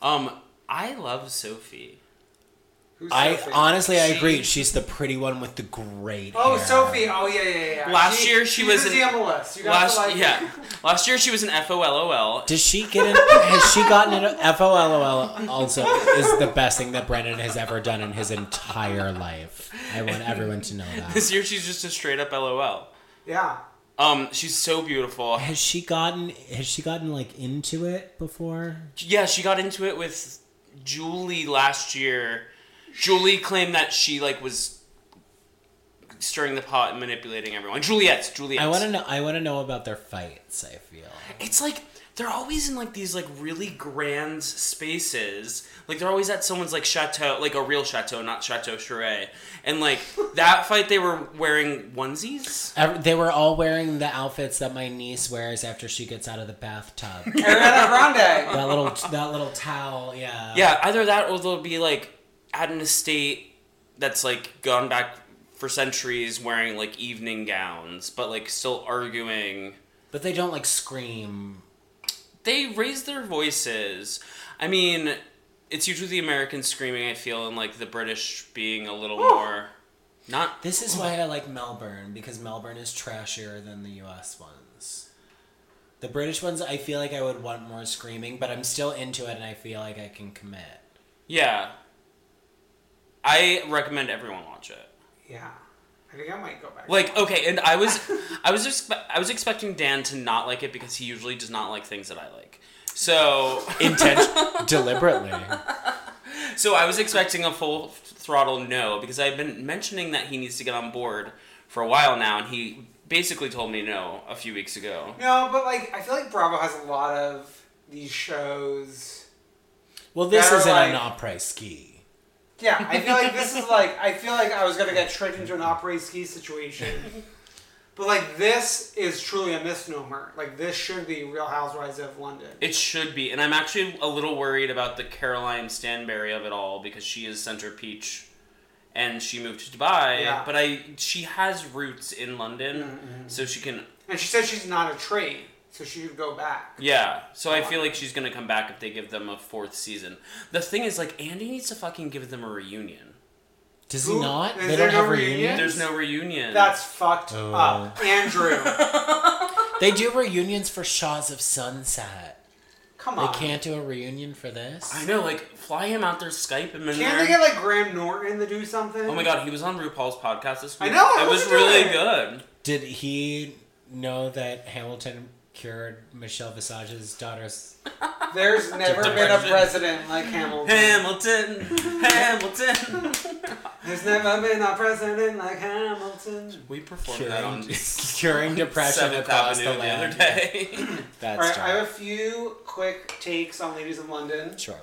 S1: Um, I love Sophie.
S2: Who's
S3: I
S2: Sophie?
S3: honestly, I
S2: She-
S3: agree. She's the pretty one with the great.
S2: Oh,
S3: hair.
S2: Sophie. Oh, yeah, yeah, yeah.
S1: Last year she
S2: she's
S1: was
S2: a
S1: in-
S2: DMLS. You guys
S1: Last
S2: like
S1: yeah, last year she was an FOLOL.
S3: Does she get in? has she gotten it? FOLOL also is the best thing that Brandon has ever done in his entire life. I want everyone to know that.
S1: This year she's just a straight up LOL.
S2: Yeah.
S1: Um, she's so beautiful.
S3: Has she gotten? Has she gotten like into it before?
S1: Yeah, she got into it with Julie last year. Julie claimed that she like was stirring the pot and manipulating everyone. Juliet's Juliet's.
S3: I want to know. I want to know about their fights. I feel.
S1: It's like they're always in like these like really grand spaces. Like they're always at someone's like chateau, like a real chateau, not Chateau Charest. And like that fight, they were wearing onesies.
S3: Ev- They were all wearing the outfits that my niece wears after she gets out of the bathtub.
S2: Ariana Grande.
S3: that little, that little towel. Yeah.
S1: Yeah, either that or they'll be like at an estate that's like gone back for centuries, wearing like evening gowns, but like still arguing.
S3: But they don't like scream.
S1: They raise their voices. I mean, it's usually the Americans screaming. I feel, and like the British being a little more. Not
S3: This is why I like Melbourne because Melbourne is trashier than the U.S. ones. The British ones, I feel like I would want more screaming, but I'm still into it, and I feel like I can commit.
S1: Yeah. I recommend everyone watch it.
S2: yeah. I think I might go back.
S1: Like, okay, and I was I was expe- I was expecting Dan to not like it because he usually does not like things that I like. So, *laughs*
S3: Intent,
S2: *laughs*
S3: deliberately.
S1: so I was expecting a full throttle no because I've been mentioning that he needs to get on board for a while now and he basically told me no a few weeks ago.
S2: No, but like I feel like Bravo has a lot of these shows.
S3: Well, this
S2: They're
S3: isn't an
S2: like-
S3: opera ski.
S2: Yeah, I feel like this is like I feel like I was gonna get tricked into an opera ski situation. But like this is truly a misnomer. Like this should be Real Housewives of London.
S1: It should be, and I'm actually a little worried about the Caroline Stanberry of it all because she is Center Peach, and she moved to Dubai.
S2: Yeah. Mm,
S1: But I, she has roots in London, so she can.
S2: And she said she's not a trade, so she should go back.
S1: Yeah. So I feel like she's gonna come back if they give them a fourth season. The thing is, like, Andy needs to fucking give them a reunion.
S3: Does he
S2: Who-
S3: not?
S2: is
S3: They
S2: there
S3: don't
S2: no
S3: have
S2: reunion?
S3: reunions.
S1: There's no reunion.
S2: That's fucked
S1: Oh.
S2: up. Andrew.
S3: They do reunions for Shaws of Sunset.
S2: Come
S3: They
S2: on.
S3: can't do a reunion for this.
S1: I know. Like, fly him out there, Skype him in
S2: Can't
S1: there.
S2: they get like Graham Norton to do something?
S1: oh my god, he was on RuPaul's podcast this
S2: I
S1: week.
S2: know, I
S1: It was
S2: listened to
S1: really
S2: it.
S1: good.
S3: Did he know that Hamilton cured Michelle Visage's daughter's?
S2: There's never been a
S1: Depression.
S2: president like Hamilton.
S1: Hamilton, Hamilton.
S2: There's never been a president like Hamilton.
S1: We performed
S3: Curing,
S1: that on *laughs*
S3: curing *laughs* depression
S1: Seventh
S3: across
S1: Avenue
S3: the
S1: the, other
S3: land.
S1: day. *laughs*
S3: That's
S2: All right, I
S3: dark.
S2: have a few quick takes on Ladies in London.
S3: Sure.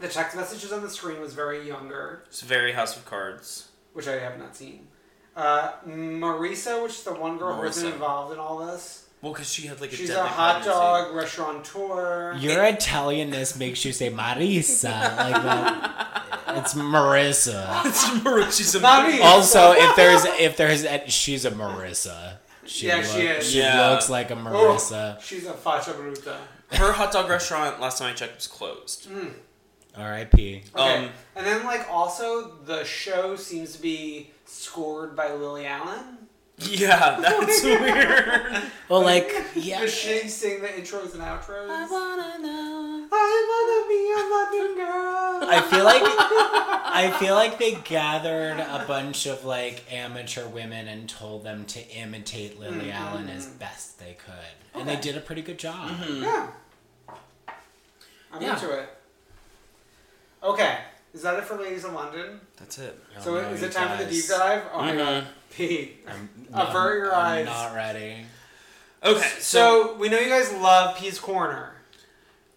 S2: The text messages on the screen was very younger,
S1: it's very House of Cards.
S2: which I have not seen. Uh, Marisa, which is the one girl who
S1: Marisa.
S2: wasn't involved in all this,
S1: Well, because she had like a
S2: she's a
S1: deadly
S2: hot
S1: pregnancy.
S2: dog restaurateur.
S3: Your Italianness makes you say Marisa. Like that.
S2: *laughs*
S3: It's Marissa.
S1: *laughs* It's Mar- she's a
S2: Mommy!
S3: Also, if there's if there's a, she's a Marissa. She
S2: Yeah, she
S3: look-
S2: is.
S3: She
S1: Yeah.
S3: looks like a
S2: Oh,
S3: Marissa.
S2: she's a faccia bruta.
S1: Her hot dog restaurant last time I checked was closed.
S3: R.I.P.
S2: Okay.
S1: Um,
S2: and then, like, also, the show seems to be scored by Lily Allen.
S1: Yeah,
S2: *laughs*
S1: that's weird.
S3: Well, like yeah.
S2: Does she sing the intros and outros? I wanna know. I wanna be a London girl.
S3: I feel like I feel like they gathered a bunch of like amateur women and told them to
S2: Mm-hmm. Mm-hmm.
S3: imitate Lily Allen as best they could, and they did a pretty good job.
S2: Yeah. I'm
S3: Yeah.
S2: into it. Okay, is that it for Ladies in London?
S1: That's it.
S2: so
S3: Oh, no,
S2: is
S3: you
S2: it time for the deep
S3: guys.
S2: dive? Oh my god, *laughs* Pete, avert your eyes.
S3: Not ready.
S1: Okay, so,
S2: So we know you guys love Pete's Corner.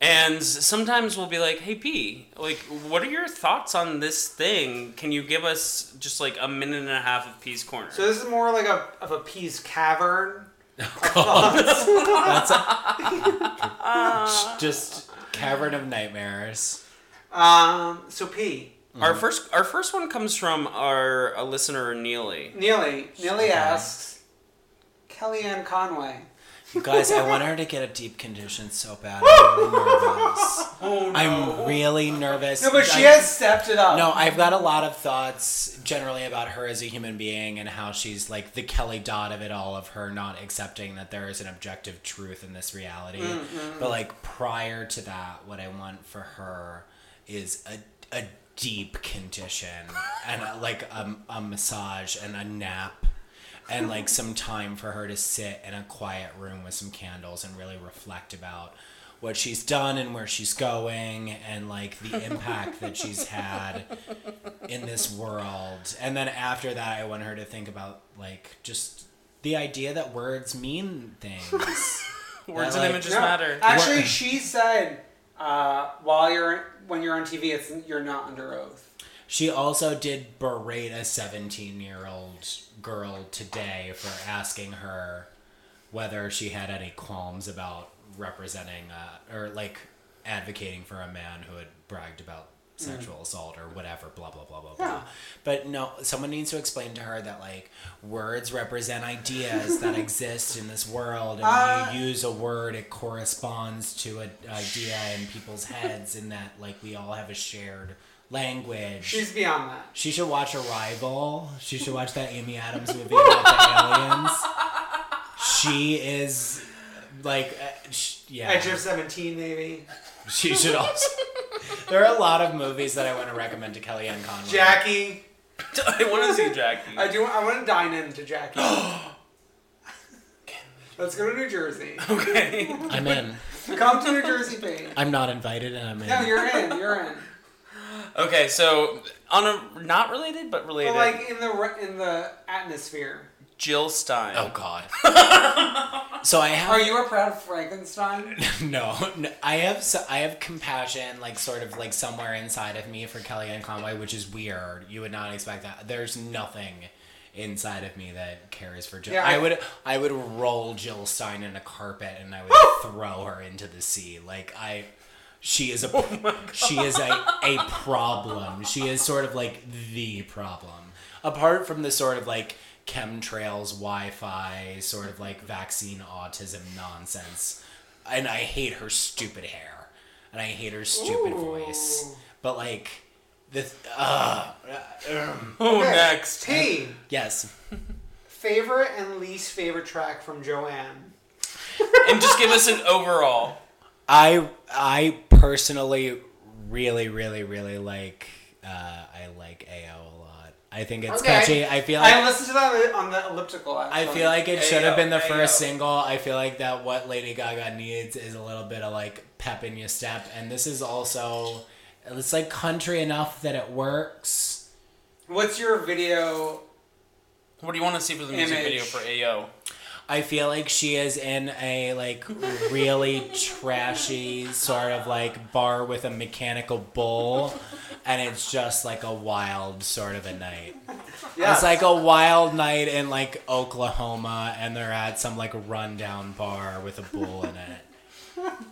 S1: and sometimes we'll be like, "Hey P, like, what are your thoughts on this thing? Can you give us just like a minute and a half of P's corner?"
S2: So this is more like a of a Pete's Cavern.
S3: Just cavern of nightmares.
S2: Um, so Pete,
S1: Our first, our first one comes from our a listener Neely.
S2: Neely, Neely asks, Kellyanne Conway.
S3: You guys, I want her to get a deep condition so bad. I'm really nervous. I'm really nervous.
S2: Oh, No, but she
S3: I'm-
S2: has stepped it up.
S3: No, I've got a lot of thoughts generally about her as a human being and how she's like the Kelly Dodd of it all, of her not accepting that there is an objective truth in this reality.
S2: Mm-hmm.
S3: But like prior to that, what I want for her is a, a deep condition and uh like a, a massage and a nap. And like some time for her to sit in a quiet room with some candles and really reflect about what she's done and where she's going and like the impact that she's had in this world. And then after that, I want her to think about like just the idea that words mean things.
S1: *laughs* Words and
S3: I like-
S1: images
S2: No,
S1: matter.
S2: Actually,
S3: What-
S2: she said, uh, while you're when you're on TV, it's you're not under oath.
S3: she also did berate a 17 year old girl today for asking her whether she had any qualms about representing uh, or like advocating for a man who had bragged about sexual assault or whatever blah blah blah blah blah but no someone needs to explain to her that like words represent ideas that exist in this world and when you use a word it corresponds to an idea in people's heads and that like we all have a shared language
S2: She's beyond that.
S3: she should watch Arrival. She should watch that Amy Adams movie about the aliens. She is like, uh, sh- yeah.
S2: Edge of seventeen, maybe.
S3: She should also. there are a lot of movies that I want to recommend to Kellyanne Conway.
S2: Jackie,
S1: *laughs* I want to see Jackie.
S2: I do. I want to dine in to
S3: *gasps*
S2: Jackie. Let's go to New Jersey.
S1: Okay.
S3: I'm in.
S2: Come to New Jersey, Pete.
S3: I'm not invited, and I'm in.
S2: No, you're in. You're in.
S1: okay, so on a not related but related,
S2: But like in the re- in the atmosphere.
S1: Jill Stein.
S3: oh God. so I have.
S2: Are you a proud Frankenstein?
S3: *laughs* No, no, I have so, I have compassion, like sort of like somewhere inside of me for Kellyanne Conway, which is weird. You would not expect that. There's nothing inside of me that cares for Jill.
S2: Yeah,
S3: I,
S2: I-
S3: would I would roll Jill Stein in a carpet and I would throw her into the sea. Like I, she *laughs* is a she is a a problem. She is sort of like the problem. Apart from the sort of like chemtrails, Wi-Fi, sort of like vaccine autism nonsense and I hate her stupid hair, and I hate her stupid voice. But like the th- uh,
S1: Who next?
S2: Pete,
S3: yes,
S2: favorite and least favorite track from Joanne.
S1: and just give us an overall.
S3: I I personally really really really like uh, I like AO a lot. I think it's catchy. I feel
S2: I
S3: like.
S2: listened to that on the elliptical. Actually.
S3: I feel like it should have been the
S1: AO.
S3: first single. I feel like that what Lady Gaga needs is a little bit of like pep in your step, and this is also it's like country enough that it works.
S2: What's your video?
S1: What do you want to see for the music
S2: Image.
S1: video for AO?
S3: I feel like she is in a like really trashy sort of like bar with a mechanical bull, and it's just like a wild sort of a night. It's like a wild night in like Oklahoma, and they're at some like rundown bar with a bull in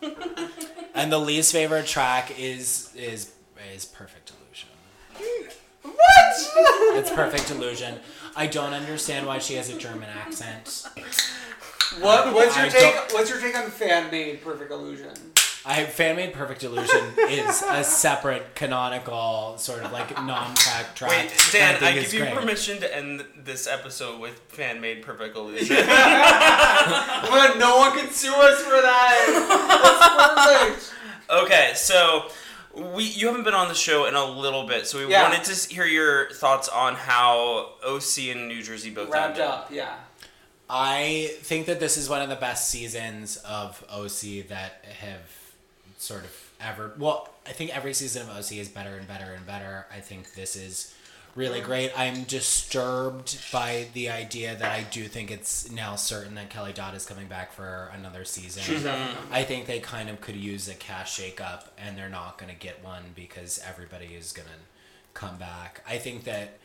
S3: it. and the least favorite track is is is Perfect Illusion. What? it's Perfect Illusion. I don't understand why she has a German accent.
S2: What, what's your
S3: I
S2: take?
S3: don't-
S2: What's your take on fan made Perfect Illusion?
S3: I fan made Perfect Illusion is a separate canonical sort of like non pack track.
S1: Wait,
S3: that
S1: Dan, I
S3: think
S1: give
S3: is
S1: you
S3: great.
S1: permission to end this episode with fan made
S2: *laughs*
S1: perfect illusion.
S2: But no one can sue us for that. That's perfect.
S1: okay, so we you haven't been on the show in a little bit, so we
S2: Yeah.
S1: wanted to s- hear your thoughts on how OC and New Jersey both
S2: Wrapped
S1: ended.
S2: up, yeah.
S3: I think that this is one of the best seasons of OC that have sort of ever. Well, I think every season of OC is better and better and better. I think this is really great. I'm disturbed by the idea that I do think it's now certain that Kelly Dodd is coming back for another season. I think they kind of could use a cash shakeup, and they're not going to get one because everybody is going to come back. I think that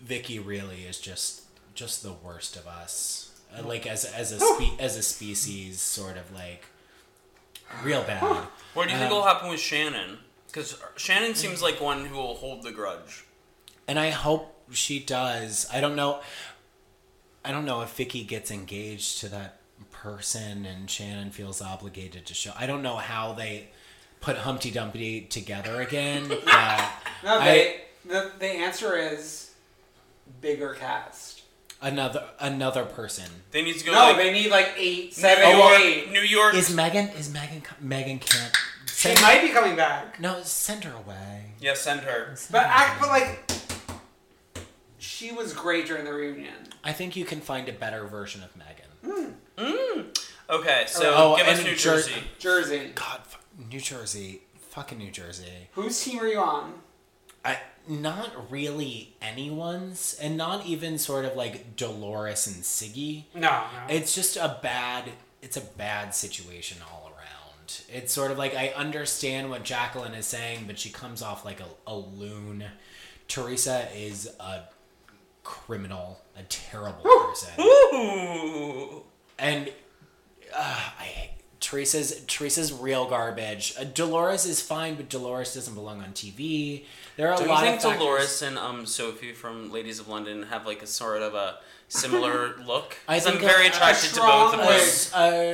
S3: Vicky really is just just the worst of us. Uh,
S2: Oh.
S3: Like as as a spe- as a species, sort of like real bad.
S1: What do you
S3: Uh-huh.
S1: think will happen with Shannon? Because Shannon seems like one who will hold the grudge.
S3: And I hope she does. I don't know. I don't know if Vicky gets engaged to that person and Shannon feels obligated to show. I don't know how they put Humpty Dumpty
S2: *laughs*
S3: together again. Uh,
S2: No,
S3: I-
S2: they, the, the answer is bigger cast.
S3: another another person.
S1: They need to go
S2: No,
S1: like
S2: they need like eight,
S1: New
S2: seven,
S1: York.
S2: eight.
S1: New York.
S3: Is Megan? Is Megan? co- Megan can't.
S2: She
S3: Send,
S2: might be coming back,
S3: no, send her away.
S1: yeah, send her.
S2: but act, but like, she was great during the reunion.
S3: I think you can find a better version of Megan.
S1: Okay, so
S3: Oh,
S1: give us
S3: and
S1: New
S3: Jer-
S1: Jersey.
S2: Jersey.
S3: God, f- New Jersey, fucking New Jersey.
S2: Whose team are you on?
S3: I not really anyone's, and not even sort of like Dolores and Siggy.
S2: No, no.
S3: It's just a bad. It's a bad situation all around. It's sort of like I understand what Jacqueline is saying, but she comes off like a, a loon. Teresa is a criminal, a terrible person.
S1: Ooh.
S3: and uh, I hate Teresa's Teresa's real garbage. Uh, Dolores is fine, but Dolores doesn't belong on TV. There are a
S1: Do you
S3: lot
S1: think
S3: of factors.
S1: Dolores and um Sophie from Ladies of London have like a sort of a
S3: *laughs*
S1: similar look?
S3: I
S1: 'Cause I'm
S3: think a-
S1: very
S3: a
S1: attracted to
S2: strong
S1: both of
S2: wig.
S1: them.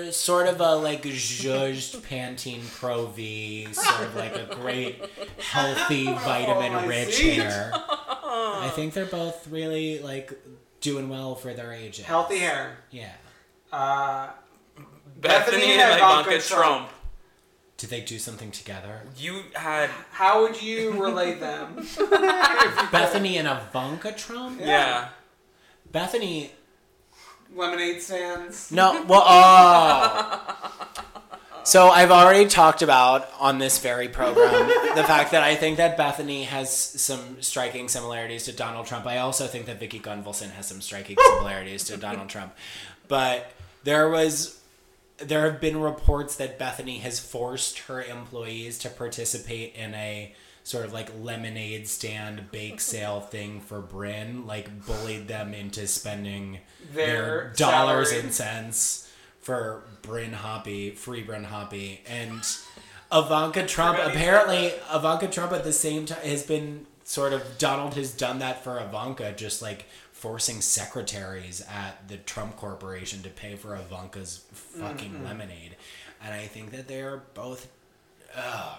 S3: was a sort of a like zhuzhed Pantene Pro V, sort of like a great
S1: *laughs*
S3: healthy
S1: Oh,
S3: vitamin
S2: I
S3: rich
S2: see.
S3: hair. I think they're both really like doing well for their ages.
S2: Healthy hair.
S3: Yeah.
S2: Uh,
S1: Bethany,
S2: Bethany
S1: and
S2: and
S1: Ivanka,
S2: Ivanka
S1: Trump.
S3: Did they do something together?
S1: You had
S2: how would you relate them? *laughs* If you could.
S3: Bethany and Ivanka Trump?
S1: yeah.
S3: Bethany
S2: lemonade stands.
S3: No, well, oh. So I've already talked about on this very program the fact that I think that Bethany has some striking similarities to Donald Trump. I also think that Vicky Gunvalson has some striking similarities to Donald Trump. But there was there have been reports that Bethany has forced her employees to participate in a sort of like lemonade stand bake sale thing for Bryn, like bullied them into spending
S2: Their
S3: their dollars
S2: salary.
S3: and cents for Bryn Hoppy, free Bryn Hoppy, and Ivanka Trump. Apparently, Ivanka Trump at the same time has been sort of Donald has done that for Ivanka, just like forcing secretaries at the Trump Corporation to pay for Ivanka's fucking lemonade. And I think that they are both. Ugh.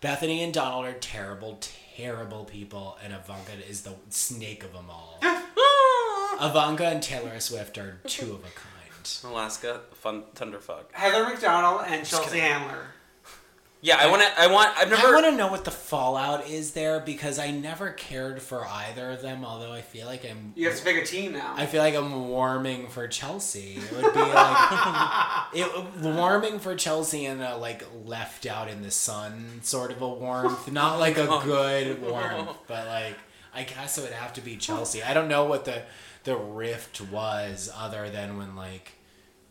S3: Bethany and Donald are terrible, terrible people, and Ivanka is the snake of them all.
S2: *laughs*
S3: Ivanka and Taylor Swift are two of a kind.
S1: Alaska, fun thunderfuck.
S2: Heather McDonald and Chelsea Handler.
S1: Yeah, I want to. I want. I've never.
S3: I want to know what the fallout is there because I never cared for either of them. Although I feel like I'm,
S2: You have to pick a team now.
S3: I feel like I'm warming for Chelsea. It would be like it, warming for Chelsea in a like left out in the sun sort of a warmth, not like a good warmth, but like I guess it would have to be Chelsea. I don't know what the the rift was other than when like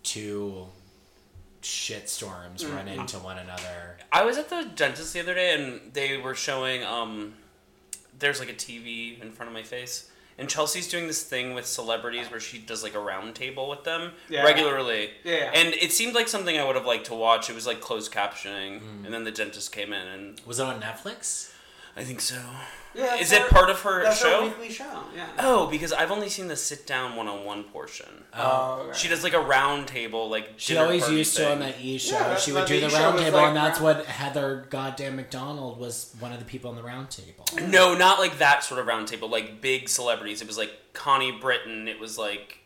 S3: two shit storms run into one another.
S1: I was at the dentist the other day and they were showing um there's like a TV in front of my face. And Chelsea's doing this thing with celebrities where she does like a round table with them
S2: Yeah.
S1: regularly.
S2: Yeah.
S1: And it seemed like something I would have liked to watch. It was like closed captioning. And then the dentist came in and
S3: Was it on Netflix?
S1: I think so.
S2: yeah, that's
S1: Is it
S2: our-
S1: part of her
S2: that's
S1: show?
S2: Our weekly show. Yeah.
S1: Oh, because I've only seen the sit down one on one portion.
S2: Oh, right.
S1: She does like a round table, like
S3: She
S1: dinner
S3: always
S1: party
S3: used to
S1: thing.
S3: on that E show.
S2: Yeah, that's
S3: she
S2: what
S3: would do
S2: the
S3: the
S2: E show
S3: round
S2: was
S3: table,
S2: like
S3: and that's
S2: round-
S3: what Heather Goddamn McDonald was one of the people on the round table.
S1: *clears throat* No, not like that sort of roundtable. Like big celebrities. It was like Connie Britton. It was like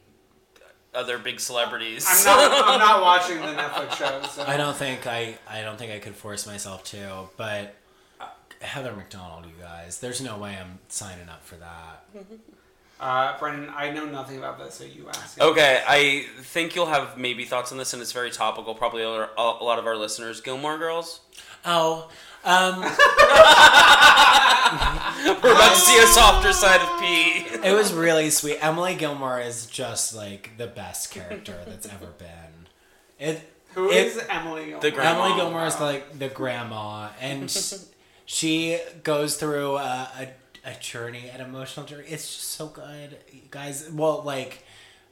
S1: other big celebrities.
S2: I'm not. I'm not watching the Netflix show. So.
S3: I don't think I. I don't think I could force myself to. But uh, Heather McDonald, you guys, there's no way I'm signing up for that.
S2: Uh, Brendan, I know nothing about this, so you ask. it.
S1: *laughs* Okay, I think you'll have maybe thoughts on this, and it's very topical. Probably a lot- a lot of our listeners, Gilmore Girls. *laughs*
S3: Oh,
S2: *laughs*
S3: um,
S1: We're about to see a softer side of Pete. *laughs*
S3: it was really sweet. Emily Gilmore is just like the best character that's ever been. It
S2: Who
S3: it-
S2: is Emily? Gilmore?
S1: The grandma.
S3: Emily Gilmore is like the grandma,
S1: *laughs*
S3: and s- she goes through a, a, a journey, an emotional journey. It's just so good, you guys. Well, like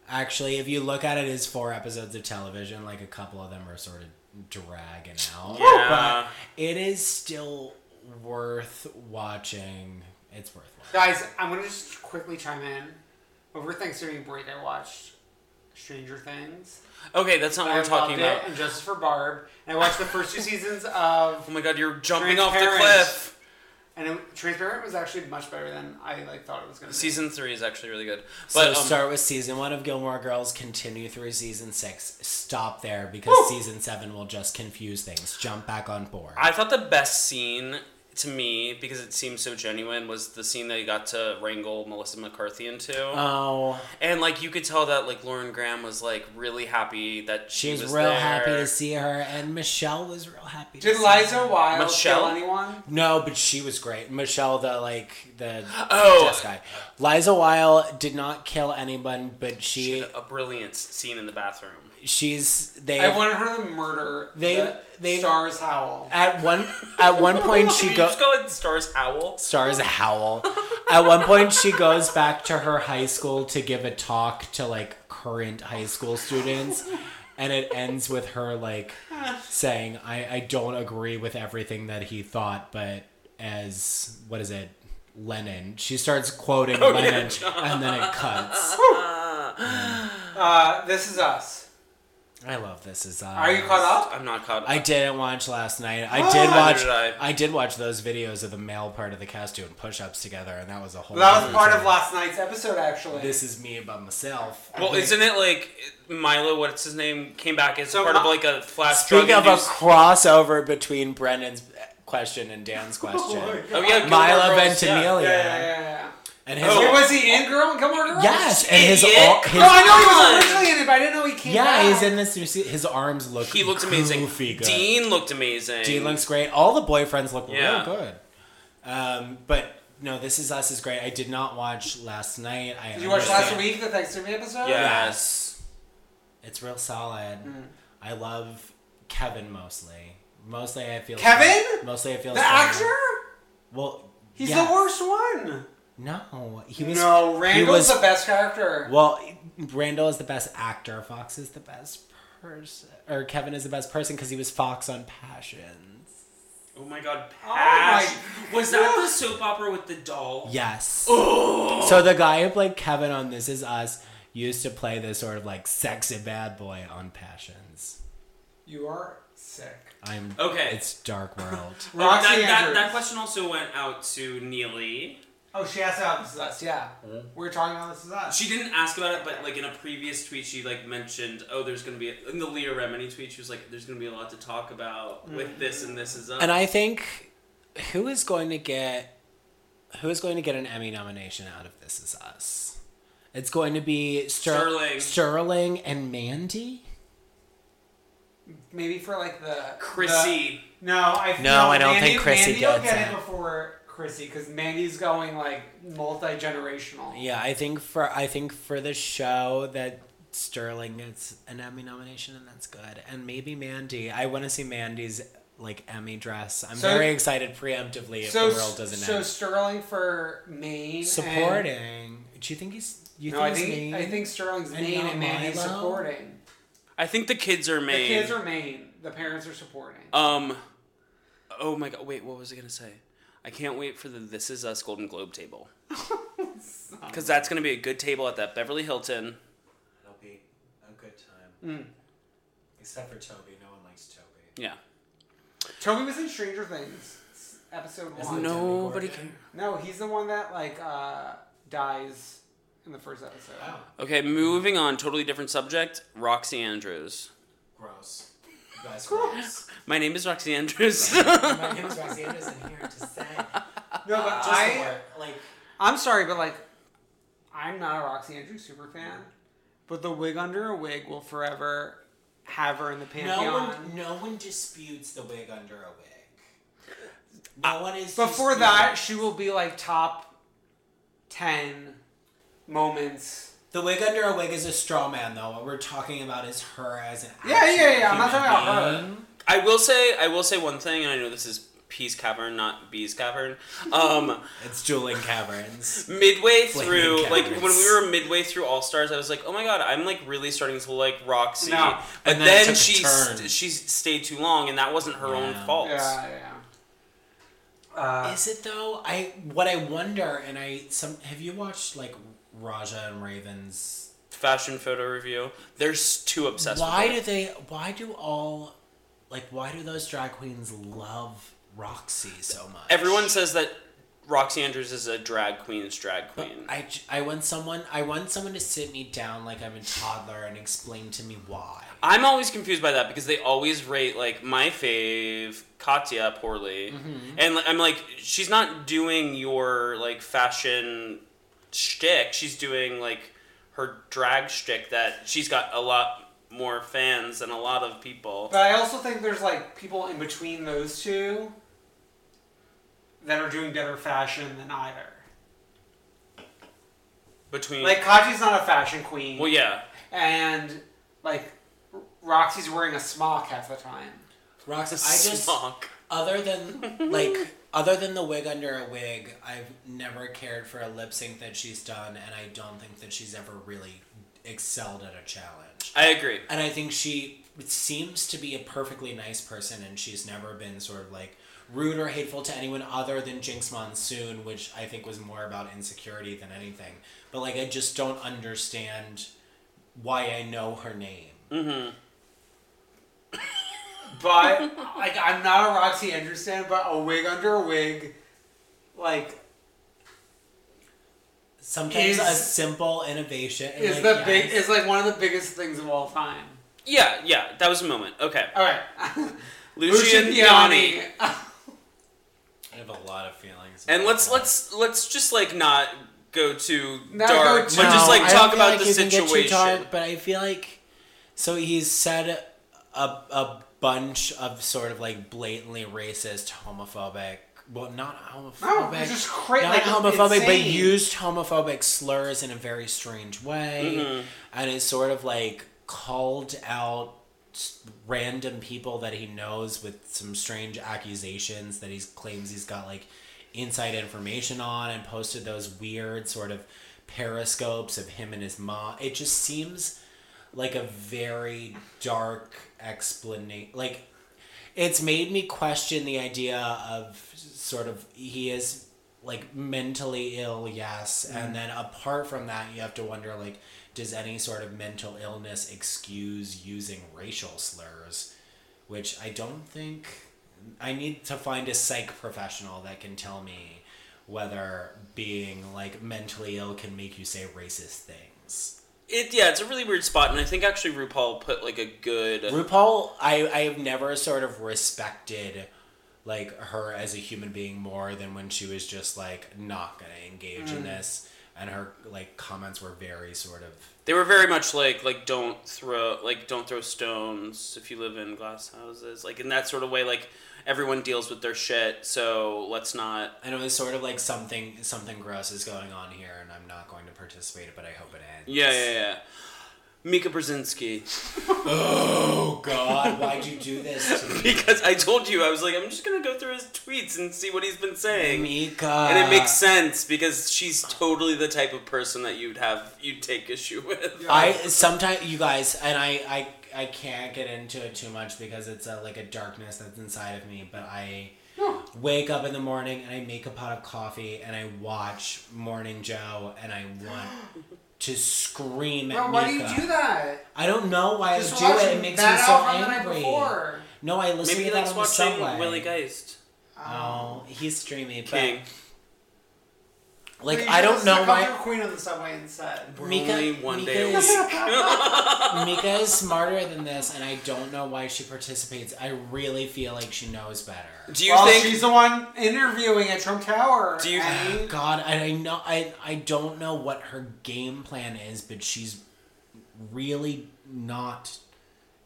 S3: actually, if you look at it as four episodes of television, like a couple of them are sort of dragging out.
S1: Yeah.
S3: But it is still worth watching. It's worth watching.
S2: Guys, I'm gonna just quickly chime in. Over Thanksgiving break, I watched Stranger Things.
S1: Okay, that's not what
S2: I
S1: we're talking
S2: loved it,
S1: about.
S2: And Justice for Barb. And I watched the first two seasons of
S1: Oh my god, you're jumping off the
S2: Transparent.
S1: cliff.
S2: and it, Transparent was actually much better than I like thought it was gonna be.
S1: Season three is actually really good.
S3: So
S1: But um,
S3: start with season one of Gilmore Girls, continue through season six, stop there because season seven will just confuse things. Jump back on board.
S1: I thought the best scene to me, because it seemed so genuine, was the scene that he got to wrangle Melissa McCarthy into.
S3: oh.
S1: and like you could tell that like Lauren Graham was like really happy that she
S3: She's
S1: was
S3: real
S1: there.
S3: happy to see her, and Michelle was real happy.
S2: Did
S3: to see
S2: Liza
S3: her.
S2: Wilde
S1: Michelle?
S2: kill anyone?
S3: No, but she was great. Michelle, the like the
S1: Oh.
S3: chess guy. Liza Wilde did not kill anyone, but
S1: She
S3: she
S1: had a brilliant scene in the bathroom.
S3: she's they
S2: I wanted her to murder
S3: They-
S2: the
S3: they-
S2: stars howl.
S3: at one at one point
S1: *laughs*
S3: she
S1: You
S3: goes.
S1: just call it Stars Howl.
S3: stars howl. At one point, she goes back to her high school to give a talk to like current high school students, and it ends with her like saying, "I I don't agree with everything that he thought, but as what is it, Lenin?" She starts quoting
S2: Oh,
S3: Lenin, and then it cuts.
S2: Uh, this is us.
S3: I love this. Is uh,
S2: Are you caught Ah, up?
S1: I'm not caught.
S3: I didn't watch last night. I did
S1: Neither
S3: watch.
S1: did I.
S3: I. did watch those videos of the male part of the cast doing push-ups together, and that was a whole.
S2: That was
S3: other
S2: part
S3: thing.
S2: of last night's episode, actually.
S3: this is me by myself.
S1: well, isn't it like Milo? What's his name? Came back as
S2: So
S1: part of
S2: my-
S1: like a flash.
S3: Speak of a
S1: drug-induced-
S3: crossover between Brendan's question and Dan's question.
S1: Oh yeah, Gilmore
S3: Milo
S1: Girls, yeah.
S2: yeah,
S3: Ventimiglia
S2: yeah, yeah, Oh. yeah.
S3: and his
S2: Wait, was he in Girl and Gilmore Girls?
S3: yes, and his,
S1: Idiot.
S3: ar- his
S2: No, I know he
S1: Come on.
S2: was originally in it, but I didn't know he came
S3: yeah,
S2: back.
S3: he's in this new se- His arms look
S1: He looked amazing.
S3: goofy good.
S1: Dean looked amazing.
S3: Dean looks great. All the boyfriends look
S1: Yeah.
S3: real good. Um, but no, This Is Us is great. I did not watch last night. I
S2: Did you watch
S3: understand-
S2: last week the Thanksgiving episode?
S1: Yes.
S3: It's real solid. I love Kevin mostly. Mostly, I feel
S2: Kevin?
S3: Mostly, I feel
S2: The
S3: sorry.
S2: actor?
S3: Well,
S2: He's
S3: yes.
S2: the worst one.
S3: No, he was
S2: no, Randall's
S3: was-
S2: the best character.
S3: Well, Randall is the best actor. Fox is the best person, or Kevin is the best person because he was Fox on Passions.
S1: Oh my god,
S2: my
S1: Pash. was that
S2: God.
S1: the soap opera with the doll?
S3: Yes. So the guy who played Kevin on This Is Us used to play this sort of like sexy bad boy on Passions.
S2: You are sick.
S3: I'm
S1: Okay.
S3: It's dark world.
S2: Roxy
S1: Oh, that, that,
S2: Andrews.
S1: that question also went out to Neely.
S2: Oh, she asked about this is us. Yeah,
S3: Mm-hmm.
S2: we were talking about this is us.
S1: She didn't ask about it, but like in a previous tweet, she like mentioned, "Oh, there's gonna be a, in the Leah Remini tweet." She was like, "There's gonna be a lot to talk about with
S2: Mm-hmm.
S1: this and this is up."
S3: and I think who is going to get who is going to get an Emmy nomination out of This Is Us? It's going to be Ster-
S1: Sterling.
S3: Sterling and Mandy.
S2: Maybe for like the
S1: Chrissy.
S2: the- no, I feel
S3: No, I don't
S2: Mandy,
S3: think Chrissy
S2: Mandy will
S3: gets
S2: get
S3: it.
S2: it before Chrissy because Mandy's going like multi generational.
S3: Yeah, I think for I think for the show that Sterling gets an Emmy nomination and that's good. And maybe Mandy. I want to see Mandy's like Emmy dress. I'm
S2: So-
S3: very excited preemptively if
S2: So
S3: the world doesn't
S2: so
S3: end.
S2: Sterling for Maine.
S3: supporting.
S2: And,
S3: Do you think he's? You
S2: no, I
S3: he's
S2: think
S3: Maine?
S2: I think Sterling's
S3: And
S2: Maine
S3: not
S2: and Mandy's
S3: Milo?
S2: supporting.
S1: I think the kids are
S2: The
S1: made.
S2: kids are Maine. Uh, The parents are supporting.
S1: Um. Oh my god! Wait, what was I gonna say? I can't wait for the "This Is Us" Golden Globe table.
S2: *laughs*
S1: Because that's gonna be a good table at that Beverly Hilton.
S3: It'll be a good time.
S2: Hmm.
S3: Except for Toby, no one likes Toby.
S1: Yeah.
S2: Toby was in Stranger Things episode
S3: Oh,
S2: one.
S1: Nobody
S3: Gordon.
S1: cares.
S2: No, he's the one that like uh, dies in the first episode.
S1: Okay, moving on. Totally different subject. Roxy Andrews.
S3: Gross. You guys, gross.
S1: My name is Roxy Andrews. *laughs*
S3: My name is Roxy Anderson here to say.
S2: No, but
S3: Just
S2: I
S3: the word, like
S2: I'm sorry, but like I'm not a Roxy Andrews super fan, but the wig under a wig will forever have her in the pantheon.
S3: No one, no one disputes the wig under a wig. No one is.
S2: Uh, Before
S3: disputing-
S2: that, she will be like top ten moments.
S3: the wig under a wig is a straw man, though. What we're talking about is her as an.
S2: Yeah,
S3: actual
S2: yeah, yeah. I'm not
S3: human
S2: talking about
S3: being.
S2: her.
S1: I will say I will say one thing, and I know this is Peace Cavern, not Bees Cavern. Um,
S3: It's Julian Caverns.
S1: midway
S3: Flaming
S1: through, like
S3: Caverns.
S1: when we were midway through All Stars, I was like, oh my god, I'm like really starting to like Roxy.
S2: No.
S1: But
S3: And then it
S1: then,
S3: took a
S1: she
S3: turn.
S1: st- she stayed too long, and that wasn't her
S3: Yeah.
S1: own fault.
S2: Yeah, yeah. Uh,
S3: is it though? I what I wonder, and I some have you watched like Raja and Raven's
S1: Fashion photo review. They're s- too obsessed.
S3: why
S1: with
S3: do
S1: it.
S3: they why do all like why do those drag queens love roxy so much
S1: Everyone says that Roxy Andrews is a drag queen's drag queen.
S3: I, j- I want someone I want someone to sit me down like I'm a toddler and explain to me why.
S1: I'm always confused by that because they always rate like my fave Katya poorly,
S3: Mm-hmm.
S1: and like, I'm like, she's not doing your like fashion shtick. She's doing like her drag shtick that she's got a lot more fans than a lot of people.
S2: but I also think there's like people in between those two that are doing better fashion than either.
S1: Between
S2: Like Kaji's not a fashion queen,
S1: well, yeah,
S2: and like R- Roxy's wearing a smock half the time.
S3: Roxy, I
S1: *laughs*
S3: just
S1: Smog.
S3: other than like other than the wig under a wig, I've never cared for a lip sync that she's done, and I don't think that she's ever really excelled at a challenge.
S1: I agree.
S3: And I think she seems to be a perfectly nice person, and she's never been sort of like rude or hateful to anyone other than Jinx Monsoon, which I think was more about insecurity than anything. But like, I just don't understand why I know her name.
S2: But like I'm not a Roxy Andrews fan, but a wig under a wig, like
S3: Sometimes
S2: Is-
S3: a simple innovation and,
S2: is
S3: like,
S2: the
S3: yes.
S2: big is like one of the biggest things of all time.
S1: Yeah, yeah, that was a moment. Okay,
S2: All *laughs* right,
S1: Lucian
S2: Lucian Gianni. Oh,
S3: I have a lot of feelings.
S1: And
S3: about
S1: let's
S3: that.
S1: let's let's just like not go too
S2: Not go
S1: dark,
S2: too-
S1: but just like
S3: I don't
S1: talk
S3: feel
S1: about
S3: like
S1: the
S3: you can get too
S1: situation.
S3: dark, but I feel like so he's said a a bunch of sort of like blatantly racist, homophobic. Well, not homophobic.
S2: No, just cra-
S3: not
S2: like,
S3: homophobic, but
S2: insane.
S3: used homophobic slurs in a very strange way,
S2: Mm-hmm.
S3: and is sort of like called out s- random people that he knows with some strange accusations that he claims he's got like inside information on and posted those weird sort of periscopes of him and his mom. It just seems like a very dark explanation. Like, it's made me question the idea of sort of he is like mentally ill, yes. And then apart from that, you have to wonder like, does any sort of mental illness excuse using racial slurs? Which I don't think. I need to find a psych professional that can tell me whether being like mentally ill can make you say racist things.
S1: It yeah, it's a really weird spot, and I think actually RuPaul put like a good.
S3: RuPaul, I I have never sort of respected like her as a human being more than when she was just like not gonna engage
S1: Mm.
S3: in this, and her like comments were very sort of
S1: They were very much like like don't throw like don't throw stones if you live in glass houses, like in that sort of way. Like everyone deals with their shit, so let's not.
S3: and it was sort of like something something gross is going on here, and I'm not going to participate, but I hope it ends.
S1: Yeah, yeah, yeah. Mika Brzezinski, *laughs*
S3: Oh God, why'd you do this to me,
S1: because I told you I was like I'm just gonna go through his tweets and see what he's been saying.
S3: Mika?
S1: *laughs* And it makes sense because she's totally the type of person that you'd have you'd take issue with.
S3: I sometimes you guys and I I I can't get into it too much because it's a, like a darkness that's inside of me. But I wake up in the morning and I make a pot of coffee and I watch Morning Joe and I
S2: *gasps*
S3: want to scream at
S2: Bro, why do you
S3: Mika.
S2: do that?
S3: I don't know why
S2: Just
S3: I do
S2: watch
S3: it. It makes me
S2: Bad
S3: so
S2: Out from the night
S3: angry.
S2: before.
S3: No, I listen
S1: Maybe he
S3: to that
S1: likes
S3: on the
S1: watching
S3: subway.
S1: Willie Geist.
S3: oh, he's dreamy.
S1: King.
S3: But Like
S2: But you
S3: I
S2: should've
S3: don't know
S2: snuck
S3: why.
S2: off your queen on the subway instead.
S1: We're
S3: Mika-
S1: only one
S3: Mika
S1: day a
S3: is-
S1: week.
S3: *laughs* Mika is smarter than this, and I don't know why she participates. I really feel like she knows better.
S1: Do you
S2: well,
S1: think
S2: she's the one interviewing at Trump Tower.
S1: Do you-
S2: Annie.
S3: God, I, I know I I don't know what her game plan is, but she's really not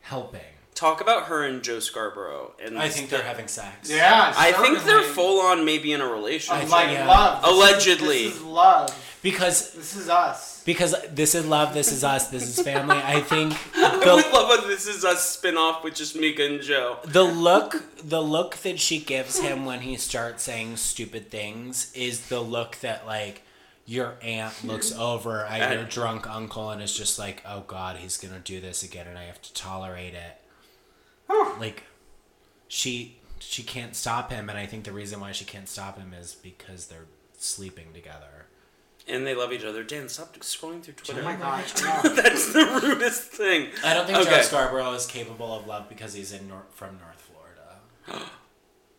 S3: helping.
S1: talk about her and Joe Scarborough? And
S3: I think they're having sex.
S2: yeah,
S1: I think they're
S2: certainly.
S1: full on maybe in a relationship.
S3: think-
S2: Like
S3: yeah.
S2: love. This is-
S1: Allegedly.
S2: this is love.
S3: Because
S2: This is us.
S3: because this is love, this is us, this is family. I think
S1: I would
S3: the,
S1: love a This Is Us spinoff with just Mika and Joe.
S3: the look the look that she gives him when he starts saying stupid things is the look that like your aunt looks over at your drunk uncle and is just like, "Oh God, he's gonna do this again, and I have to tolerate it." like, she she can't stop him, and I think the reason why she can't stop him is because they're sleeping together.
S1: And they love each other. Dan, stop scrolling through Twitter.
S2: Oh my
S1: *laughs*
S2: god. I know.
S1: That's the rudest thing.
S3: I don't think Joe
S1: Okay.
S3: Scarborough is capable of love because he's in nor- from North Florida,
S1: *gasps*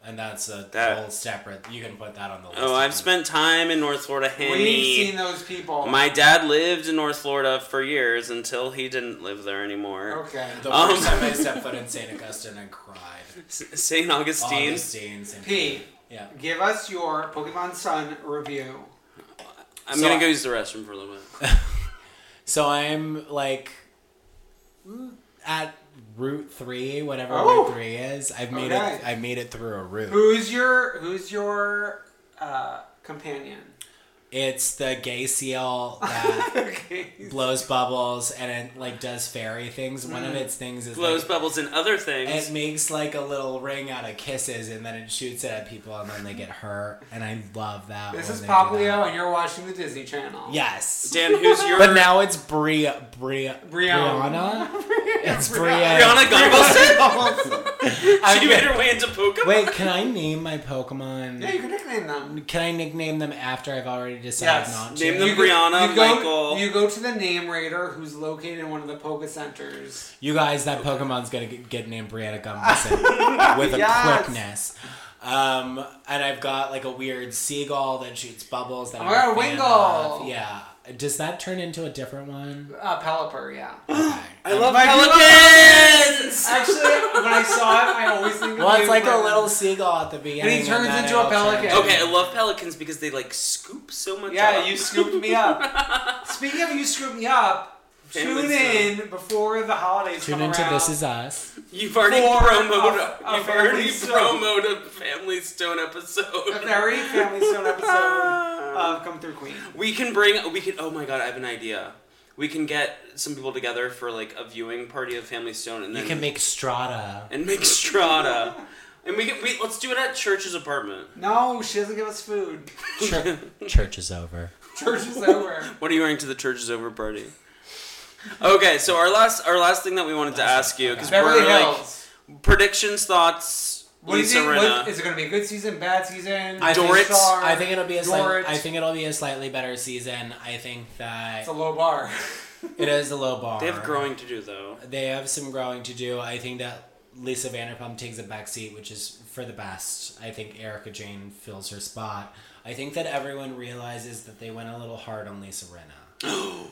S3: and that's a
S1: That-
S3: whole separate. You can put that on the list.
S1: Oh,
S3: of
S1: I've
S3: things.
S1: spent time in North Florida,
S2: We've seen
S1: Henny.
S2: those people.
S1: My dad lived in North Florida for years until he didn't live there anymore.
S2: okay.
S3: The
S1: Um.
S3: first time I stepped foot in St. Augustine, I cried.
S1: S- St. Augustine.
S3: Augustine, St.
S2: P.
S3: Yeah.
S2: Give us your Pokemon Sun review.
S1: I'm
S3: So
S1: gonna
S3: I-
S1: go use the restroom for a little
S3: *laughs*
S1: bit.
S3: So I'm like mm, at Route Three, whatever
S2: Oh.
S3: Route Three is. I've made
S2: Okay.
S3: it. I made it through a route.
S2: Who's your Who's your uh, companion?
S3: It's the gay seal
S2: *laughs*
S3: that
S2: Okay.
S3: blows bubbles and it like does fairy things. One
S2: Mm.
S3: of its things is
S1: Blows
S3: like,
S1: bubbles and other things.
S3: It makes like a little ring out of kisses, and then it shoots it at people, and then they get hurt. And I love that.
S2: This
S3: when
S2: is
S3: they do that.
S2: Poplio, and you're watching the Disney Channel.
S3: Yes.
S1: Dan, who's your
S3: *laughs* But now it's Bri- Bri-
S2: Brianna. *laughs*
S3: Brianna. It's
S1: Brianna
S3: *laughs* Brianna.
S2: *laughs*
S1: Gunvalson? *laughs* she made
S3: I-
S1: her way into Pokemon.
S3: *laughs* Wait, can I name my
S2: Yeah, you
S3: Pokemon?
S2: can nickname them.
S3: Can I nickname them after I've already decided
S2: Yes.
S3: not
S1: Name
S3: to?
S1: them-
S2: you go-
S1: Brianna,
S2: you go,
S1: Michael.
S2: You go to the name raider who's located in one of the Poke Centers.
S3: You guys, that Pokemon's gonna get, get named
S2: *laughs*
S3: Brianna Gumbison with a
S2: Yes.
S3: quickness. Um, and I've got like a weird seagull that shoots bubbles. That I'm
S2: Or a
S3: a fan
S2: Wingull.
S3: of. Yeah. Does that turn into a different one?
S2: Uh, Pelipper, yeah.
S3: *laughs*
S1: I love
S2: My-
S1: pelicans!
S2: Actually, when I saw it, I always think. of
S3: Well, it's
S2: Wayne
S3: like a
S2: Brady.
S3: little seagull at the beginning,
S2: turns
S3: then
S2: into a
S3: it'll turn
S2: pelican.
S3: into-
S1: Okay, I love pelicans because they like scoop so much
S2: Yeah,
S1: up.
S2: you scooped me up. Speaking of you scooped me up,
S1: Family
S2: tune in before the holidays
S3: Tune
S2: come
S3: into
S2: around.
S3: This Is Us.
S1: You've already
S2: For
S1: promoted.
S2: a- a
S1: you've
S2: Family
S1: already
S2: Stone.
S1: promoted a Family Stone
S2: a
S1: episode.
S2: very family stone episode of Come Through Queen.
S1: We can bring. We can. Oh my god! I have an idea. We can get some people together for like a viewing party of Family Stone, and then
S3: You can
S1: *laughs*
S3: make Strata.
S1: and make strata. and we can. We, let's do it at Church's apartment.
S2: No, she doesn't give us food.
S3: Chur- Church is over.
S2: Church is over.
S1: What are you wearing to the Church's over party? Okay, so our last our last thing that we wanted to ask you because
S2: Beverly
S1: we're like
S2: Hills.
S1: predictions, thoughts,
S2: What do you
S1: Lisa
S2: think? What,
S1: Rinna.
S2: is it going to be a good season, bad season?
S3: I think-
S2: Dorit?
S3: I think it'll be a slight,
S2: Dorit.
S3: I think it'll be a slightly better season. I think that
S2: it's a low bar.
S3: it is a low bar.
S1: they have growing to do though.
S3: They have some growing to do. I think that Lisa Vanderpump takes a back seat, which is for the best. I think Erica Jane fills her spot. I think that everyone realizes that they went a little hard on Lisa Renna.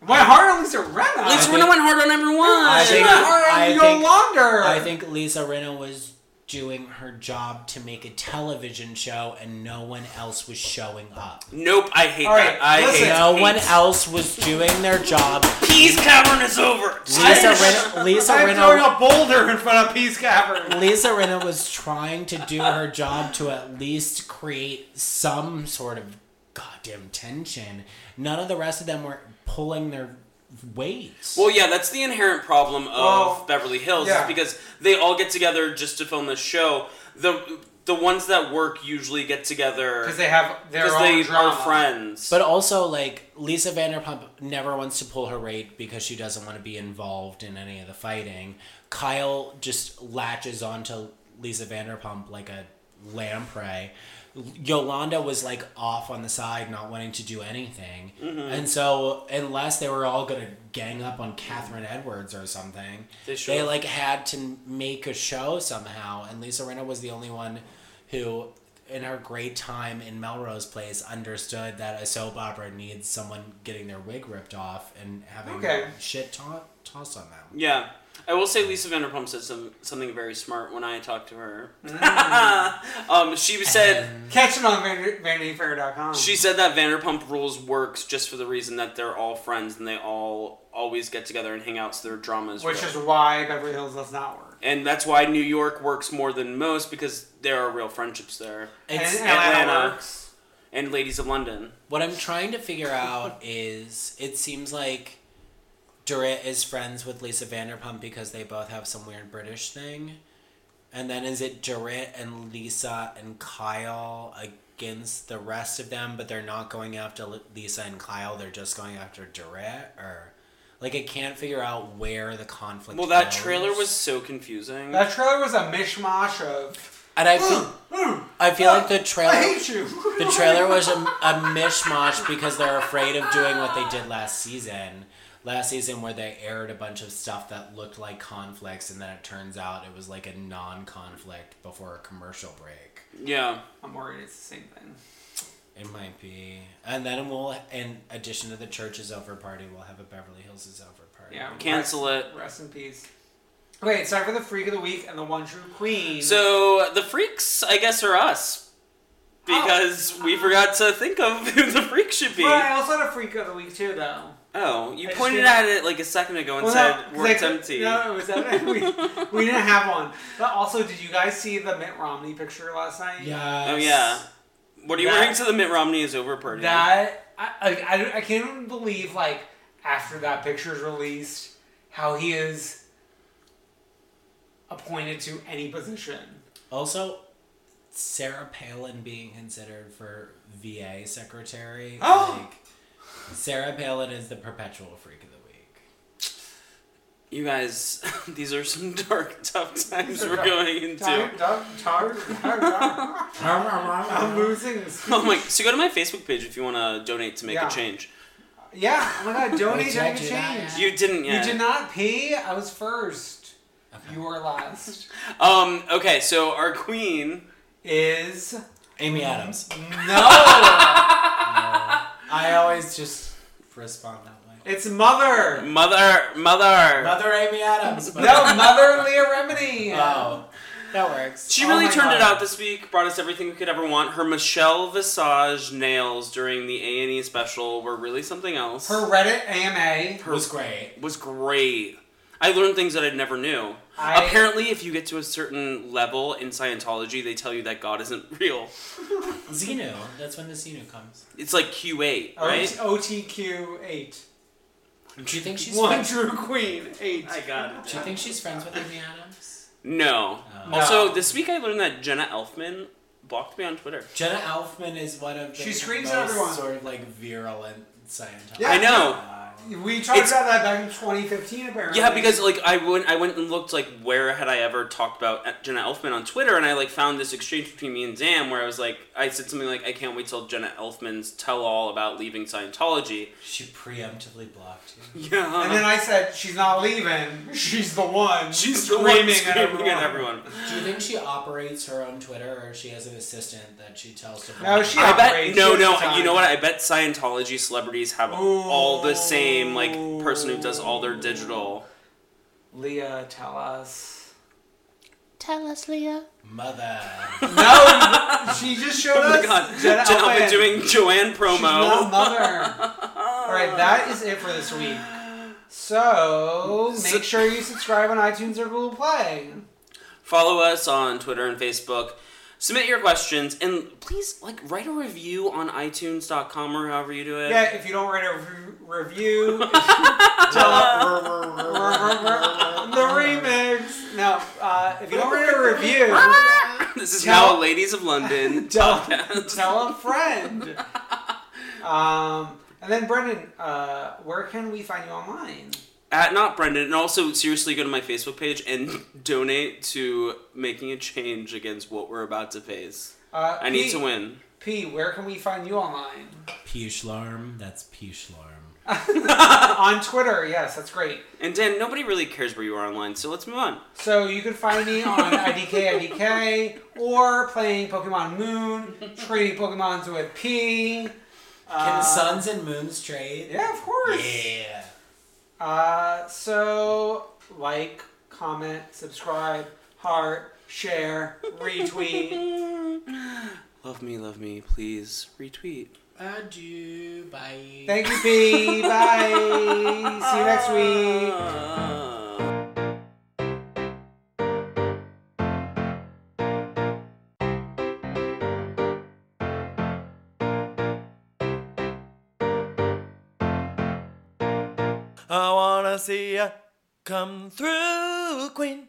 S2: Went hard on Lisa Renna.
S1: Lisa
S3: think-
S1: Rinna went hard on everyone.
S3: I
S2: she
S3: think-
S2: went hard
S3: I
S2: on
S3: think-
S2: Yolanda.
S3: I think Lisa Renna was doing her job to make a television show and no one else was showing up.
S1: Nope, I hate
S2: All
S1: that.
S2: right,
S1: I
S2: listen.
S1: hate
S3: No one
S1: hate.
S3: else was doing their job.
S1: Peace cavern is over.
S3: Lisa Renna Lisa
S2: I'm throwing
S3: Renna
S2: a boulder in front of Peace
S1: *laughs*
S2: Cavern.
S3: Lisa Rinna was trying to do her job to at least create some sort of goddamn tension. None of the rest of them were pulling their weights.
S1: Well, yeah, that's the inherent problem of
S2: Well,
S1: Beverly Hills
S2: yeah.
S1: is because they all get together just to film this show. The the ones that work usually get together
S2: Because they have their
S1: 'cause
S2: own
S1: they
S2: drama.
S1: are friends.
S3: but also, like Lisa Vanderpump never wants to pull her weight because she doesn't want to be involved in any of the fighting. Kyle just latches onto Lisa Vanderpump like a lamprey. Yolanda was like off on the side, not wanting to do anything. And so, unless they were all gonna gang up on Catherine Edwards or something,
S1: They
S3: they,
S1: should.
S3: like had to make a show somehow. And Lisa Rinna was the only one who in our great time in Melrose Place understood that a soap opera needs someone getting their wig ripped off and having
S2: Okay.
S3: shit ta- tossed on them.
S1: Yeah. I will say Lisa Vanderpump said some, something very smart when I talked to her.
S2: Mm.
S1: *laughs* um, she said
S2: Catch it on van- vanityfair.com.
S1: she said that Vanderpump Rules works just for the reason that they're all friends and they all always get together and hang out, so their drama is
S2: Which
S1: real.
S2: is why Beverly Hills does not work.
S1: and that's why New York works more than most because there are real friendships there.
S3: It's,
S2: and Atlanta,
S1: Atlanta.
S2: works.
S1: And Ladies of London.
S3: What I'm trying to figure out is it seems like Dorit is friends with Lisa Vanderpump because they both have some weird British thing. And then is it Dorit and Lisa and Kyle against the rest of them, but they're not going after Li- Lisa and Kyle, they're just going after Dorit? Or, like, I can't figure out where the conflict
S1: Well, that
S3: goes.
S1: trailer was so confusing.
S2: That trailer was a mishmash of.
S3: And I feel, I feel like the trailer.
S2: *gasps* I hate you.
S3: The trailer was a, a mishmash because they're afraid of doing what they did last season. Last season, where they aired a bunch of stuff that looked like conflicts, and then it turns out it was like a non conflict before a commercial break.
S1: yeah.
S2: I'm worried it's the same thing.
S3: It might be. And then we'll, in addition to the church's over party, we'll have a Beverly Hills is over party.
S2: Yeah.
S1: Cancel
S2: rest,
S1: it.
S2: Rest in peace. Okay, it's time for the freak of the week and the one true queen.
S1: So the freaks, I guess, are us.
S2: Oh.
S1: Because we forgot to think of *laughs* who the freak should be.
S2: But I also had a freak of the week too, though.
S1: Oh, you
S2: I just
S1: pointed
S2: feel-
S1: at it like a second ago and
S2: Well,
S1: said
S2: no, 'cause I
S1: words
S2: could-
S1: empty.
S2: No, it was that we, we didn't have one. But also, did you guys see the Mitt Romney picture last night?
S3: Yes.
S1: Oh yeah. What are you
S2: That-
S1: wearing to the Mitt Romney is over party?
S2: That I, I- I, don't- I can't even believe like after that picture is released, how he is appointed to any position.
S3: Also, Sarah Palin being considered for VA secretary.
S2: Oh!
S3: Like, Sarah Palin is the perpetual freak of the week. *laughs*
S1: you guys, *laughs* these are some dark, tough times we're
S2: dark
S1: going into.
S2: Tar, tar, tar, tar,
S1: *laughs*
S2: tar. I'm losing.
S1: Oh my! So go to my Facebook page if you want to donate to make
S2: Yeah.
S1: a change.
S2: Yeah. Oh my god. Donate.
S3: Wait,
S2: Don't even
S3: did I do that?
S2: change.
S1: You didn't
S2: You
S1: yet.
S2: did not pee. I was first. You were
S1: *laughs*
S2: last.
S1: Um. Okay. So our queen.
S2: Is
S3: Amy Adams.
S2: no. *laughs*
S3: I always just respond that way.
S2: it's mother.
S1: Mother, mother.
S3: Mother Amy Adams. but-
S2: No, mother Leah Remini.
S3: Oh, that works.
S1: She
S2: Oh
S1: really
S2: my
S1: turned
S2: God.
S1: it out this week. Brought us everything we could ever want. Her Michelle Visage nails during the A and E special were really something else.
S2: Her Reddit AMA.
S3: was great.
S1: was great. I learned things that I never knew.
S2: I-
S1: Apparently, if you get to a certain level in Scientology, they tell you that God isn't *laughs* real.
S3: Xenu. That's when the Xenu comes.
S1: It's like Q8,
S2: Oh,
S1: right?
S2: OTQ eight.
S3: Do you think she's
S2: One
S3: friends?
S2: true queen eight.
S1: I got
S3: Do you think she's friends with Amy Adams?
S1: No.
S2: No.
S1: Also, this week I learned that Jenna Elfman blocked me on Twitter.
S3: Jenna Elfman is one of the
S2: She screams
S3: most
S2: at everyone.
S3: sort of like virulent Scientology.
S2: Yeah.
S1: I know.
S2: We talked
S1: It's-
S2: about that back in 2015, apparently.
S1: Yeah, because like I went, I went and looked like where had I ever talked about E, Jenna Elfman on Twitter, and I like found this exchange between me and Zam where I was like, I said something like, I can't wait till Jenna Elfman's tell all about leaving Scientology.
S3: She preemptively blocked you.
S1: Yeah.
S2: *laughs* And then I said, she's not leaving. She's the one.
S1: She's screaming, screaming at everyone.
S3: *laughs* Do you think she operates her own Twitter, or she has an assistant that she tells to?
S2: No, Oh, she-
S1: I
S2: outrage
S1: bet no,
S2: at the
S1: no.
S2: time.
S1: You know what? I bet Scientology celebrities have all the same like person who does all their digital.
S2: Leah, tell us.
S4: Tell us, Leah.
S3: mother.
S1: *laughs*
S2: No, she just showed
S1: Oh
S2: us.
S1: my god,
S2: *laughs* Jenna
S1: Jenna Elfman
S2: Elfman.
S1: doing
S2: *laughs*
S1: Joanne
S2: She's not
S1: promo.
S2: mother. All right, that is it for this week. So make sure you subscribe on iTunes or Google Play.
S1: Follow us on Twitter and Facebook. Submit your questions and please like write a review on iTunes.com or however you do it.
S2: Yeah, if you don't write a re-
S1: *laughs*
S2: review, *laughs* the remix. No, uh, if you don't write a review,
S1: this is
S2: Tell-
S1: now a Ladies of
S2: *laughs*
S1: London *laughs*
S2: tell,
S1: podcast.
S2: tell a
S1: *laughs*
S2: friend. Um, and then Brendan, uh, where can we find you online?
S1: At not Brendan, and also seriously go to my Facebook page and donate to making a change against what we're about to face.
S2: Uh,
S1: I need
S2: P-
S1: to win.
S2: P, where can we find you online? *laughs*
S3: Pushlarm. That's Pushlarm.
S2: on Twitter, yes, that's great.
S1: And Dan, nobody really cares where you are online, so let's move on.
S2: So you can find me
S1: *laughs*
S2: on IDK IDK or playing Pokemon Moon, trading Pokemons with P.
S3: Can suns and moons trade?
S2: Uh, Yeah, of course.
S3: Yeah.
S2: Uh, so like, comment, subscribe, heart, share, retweet.
S1: Love me, love me, please retweet.
S3: Adieu. Bye.
S2: Thank you, P. Bye. See you next week.
S1: Ah.
S5: I wanna see ya come through, Queen.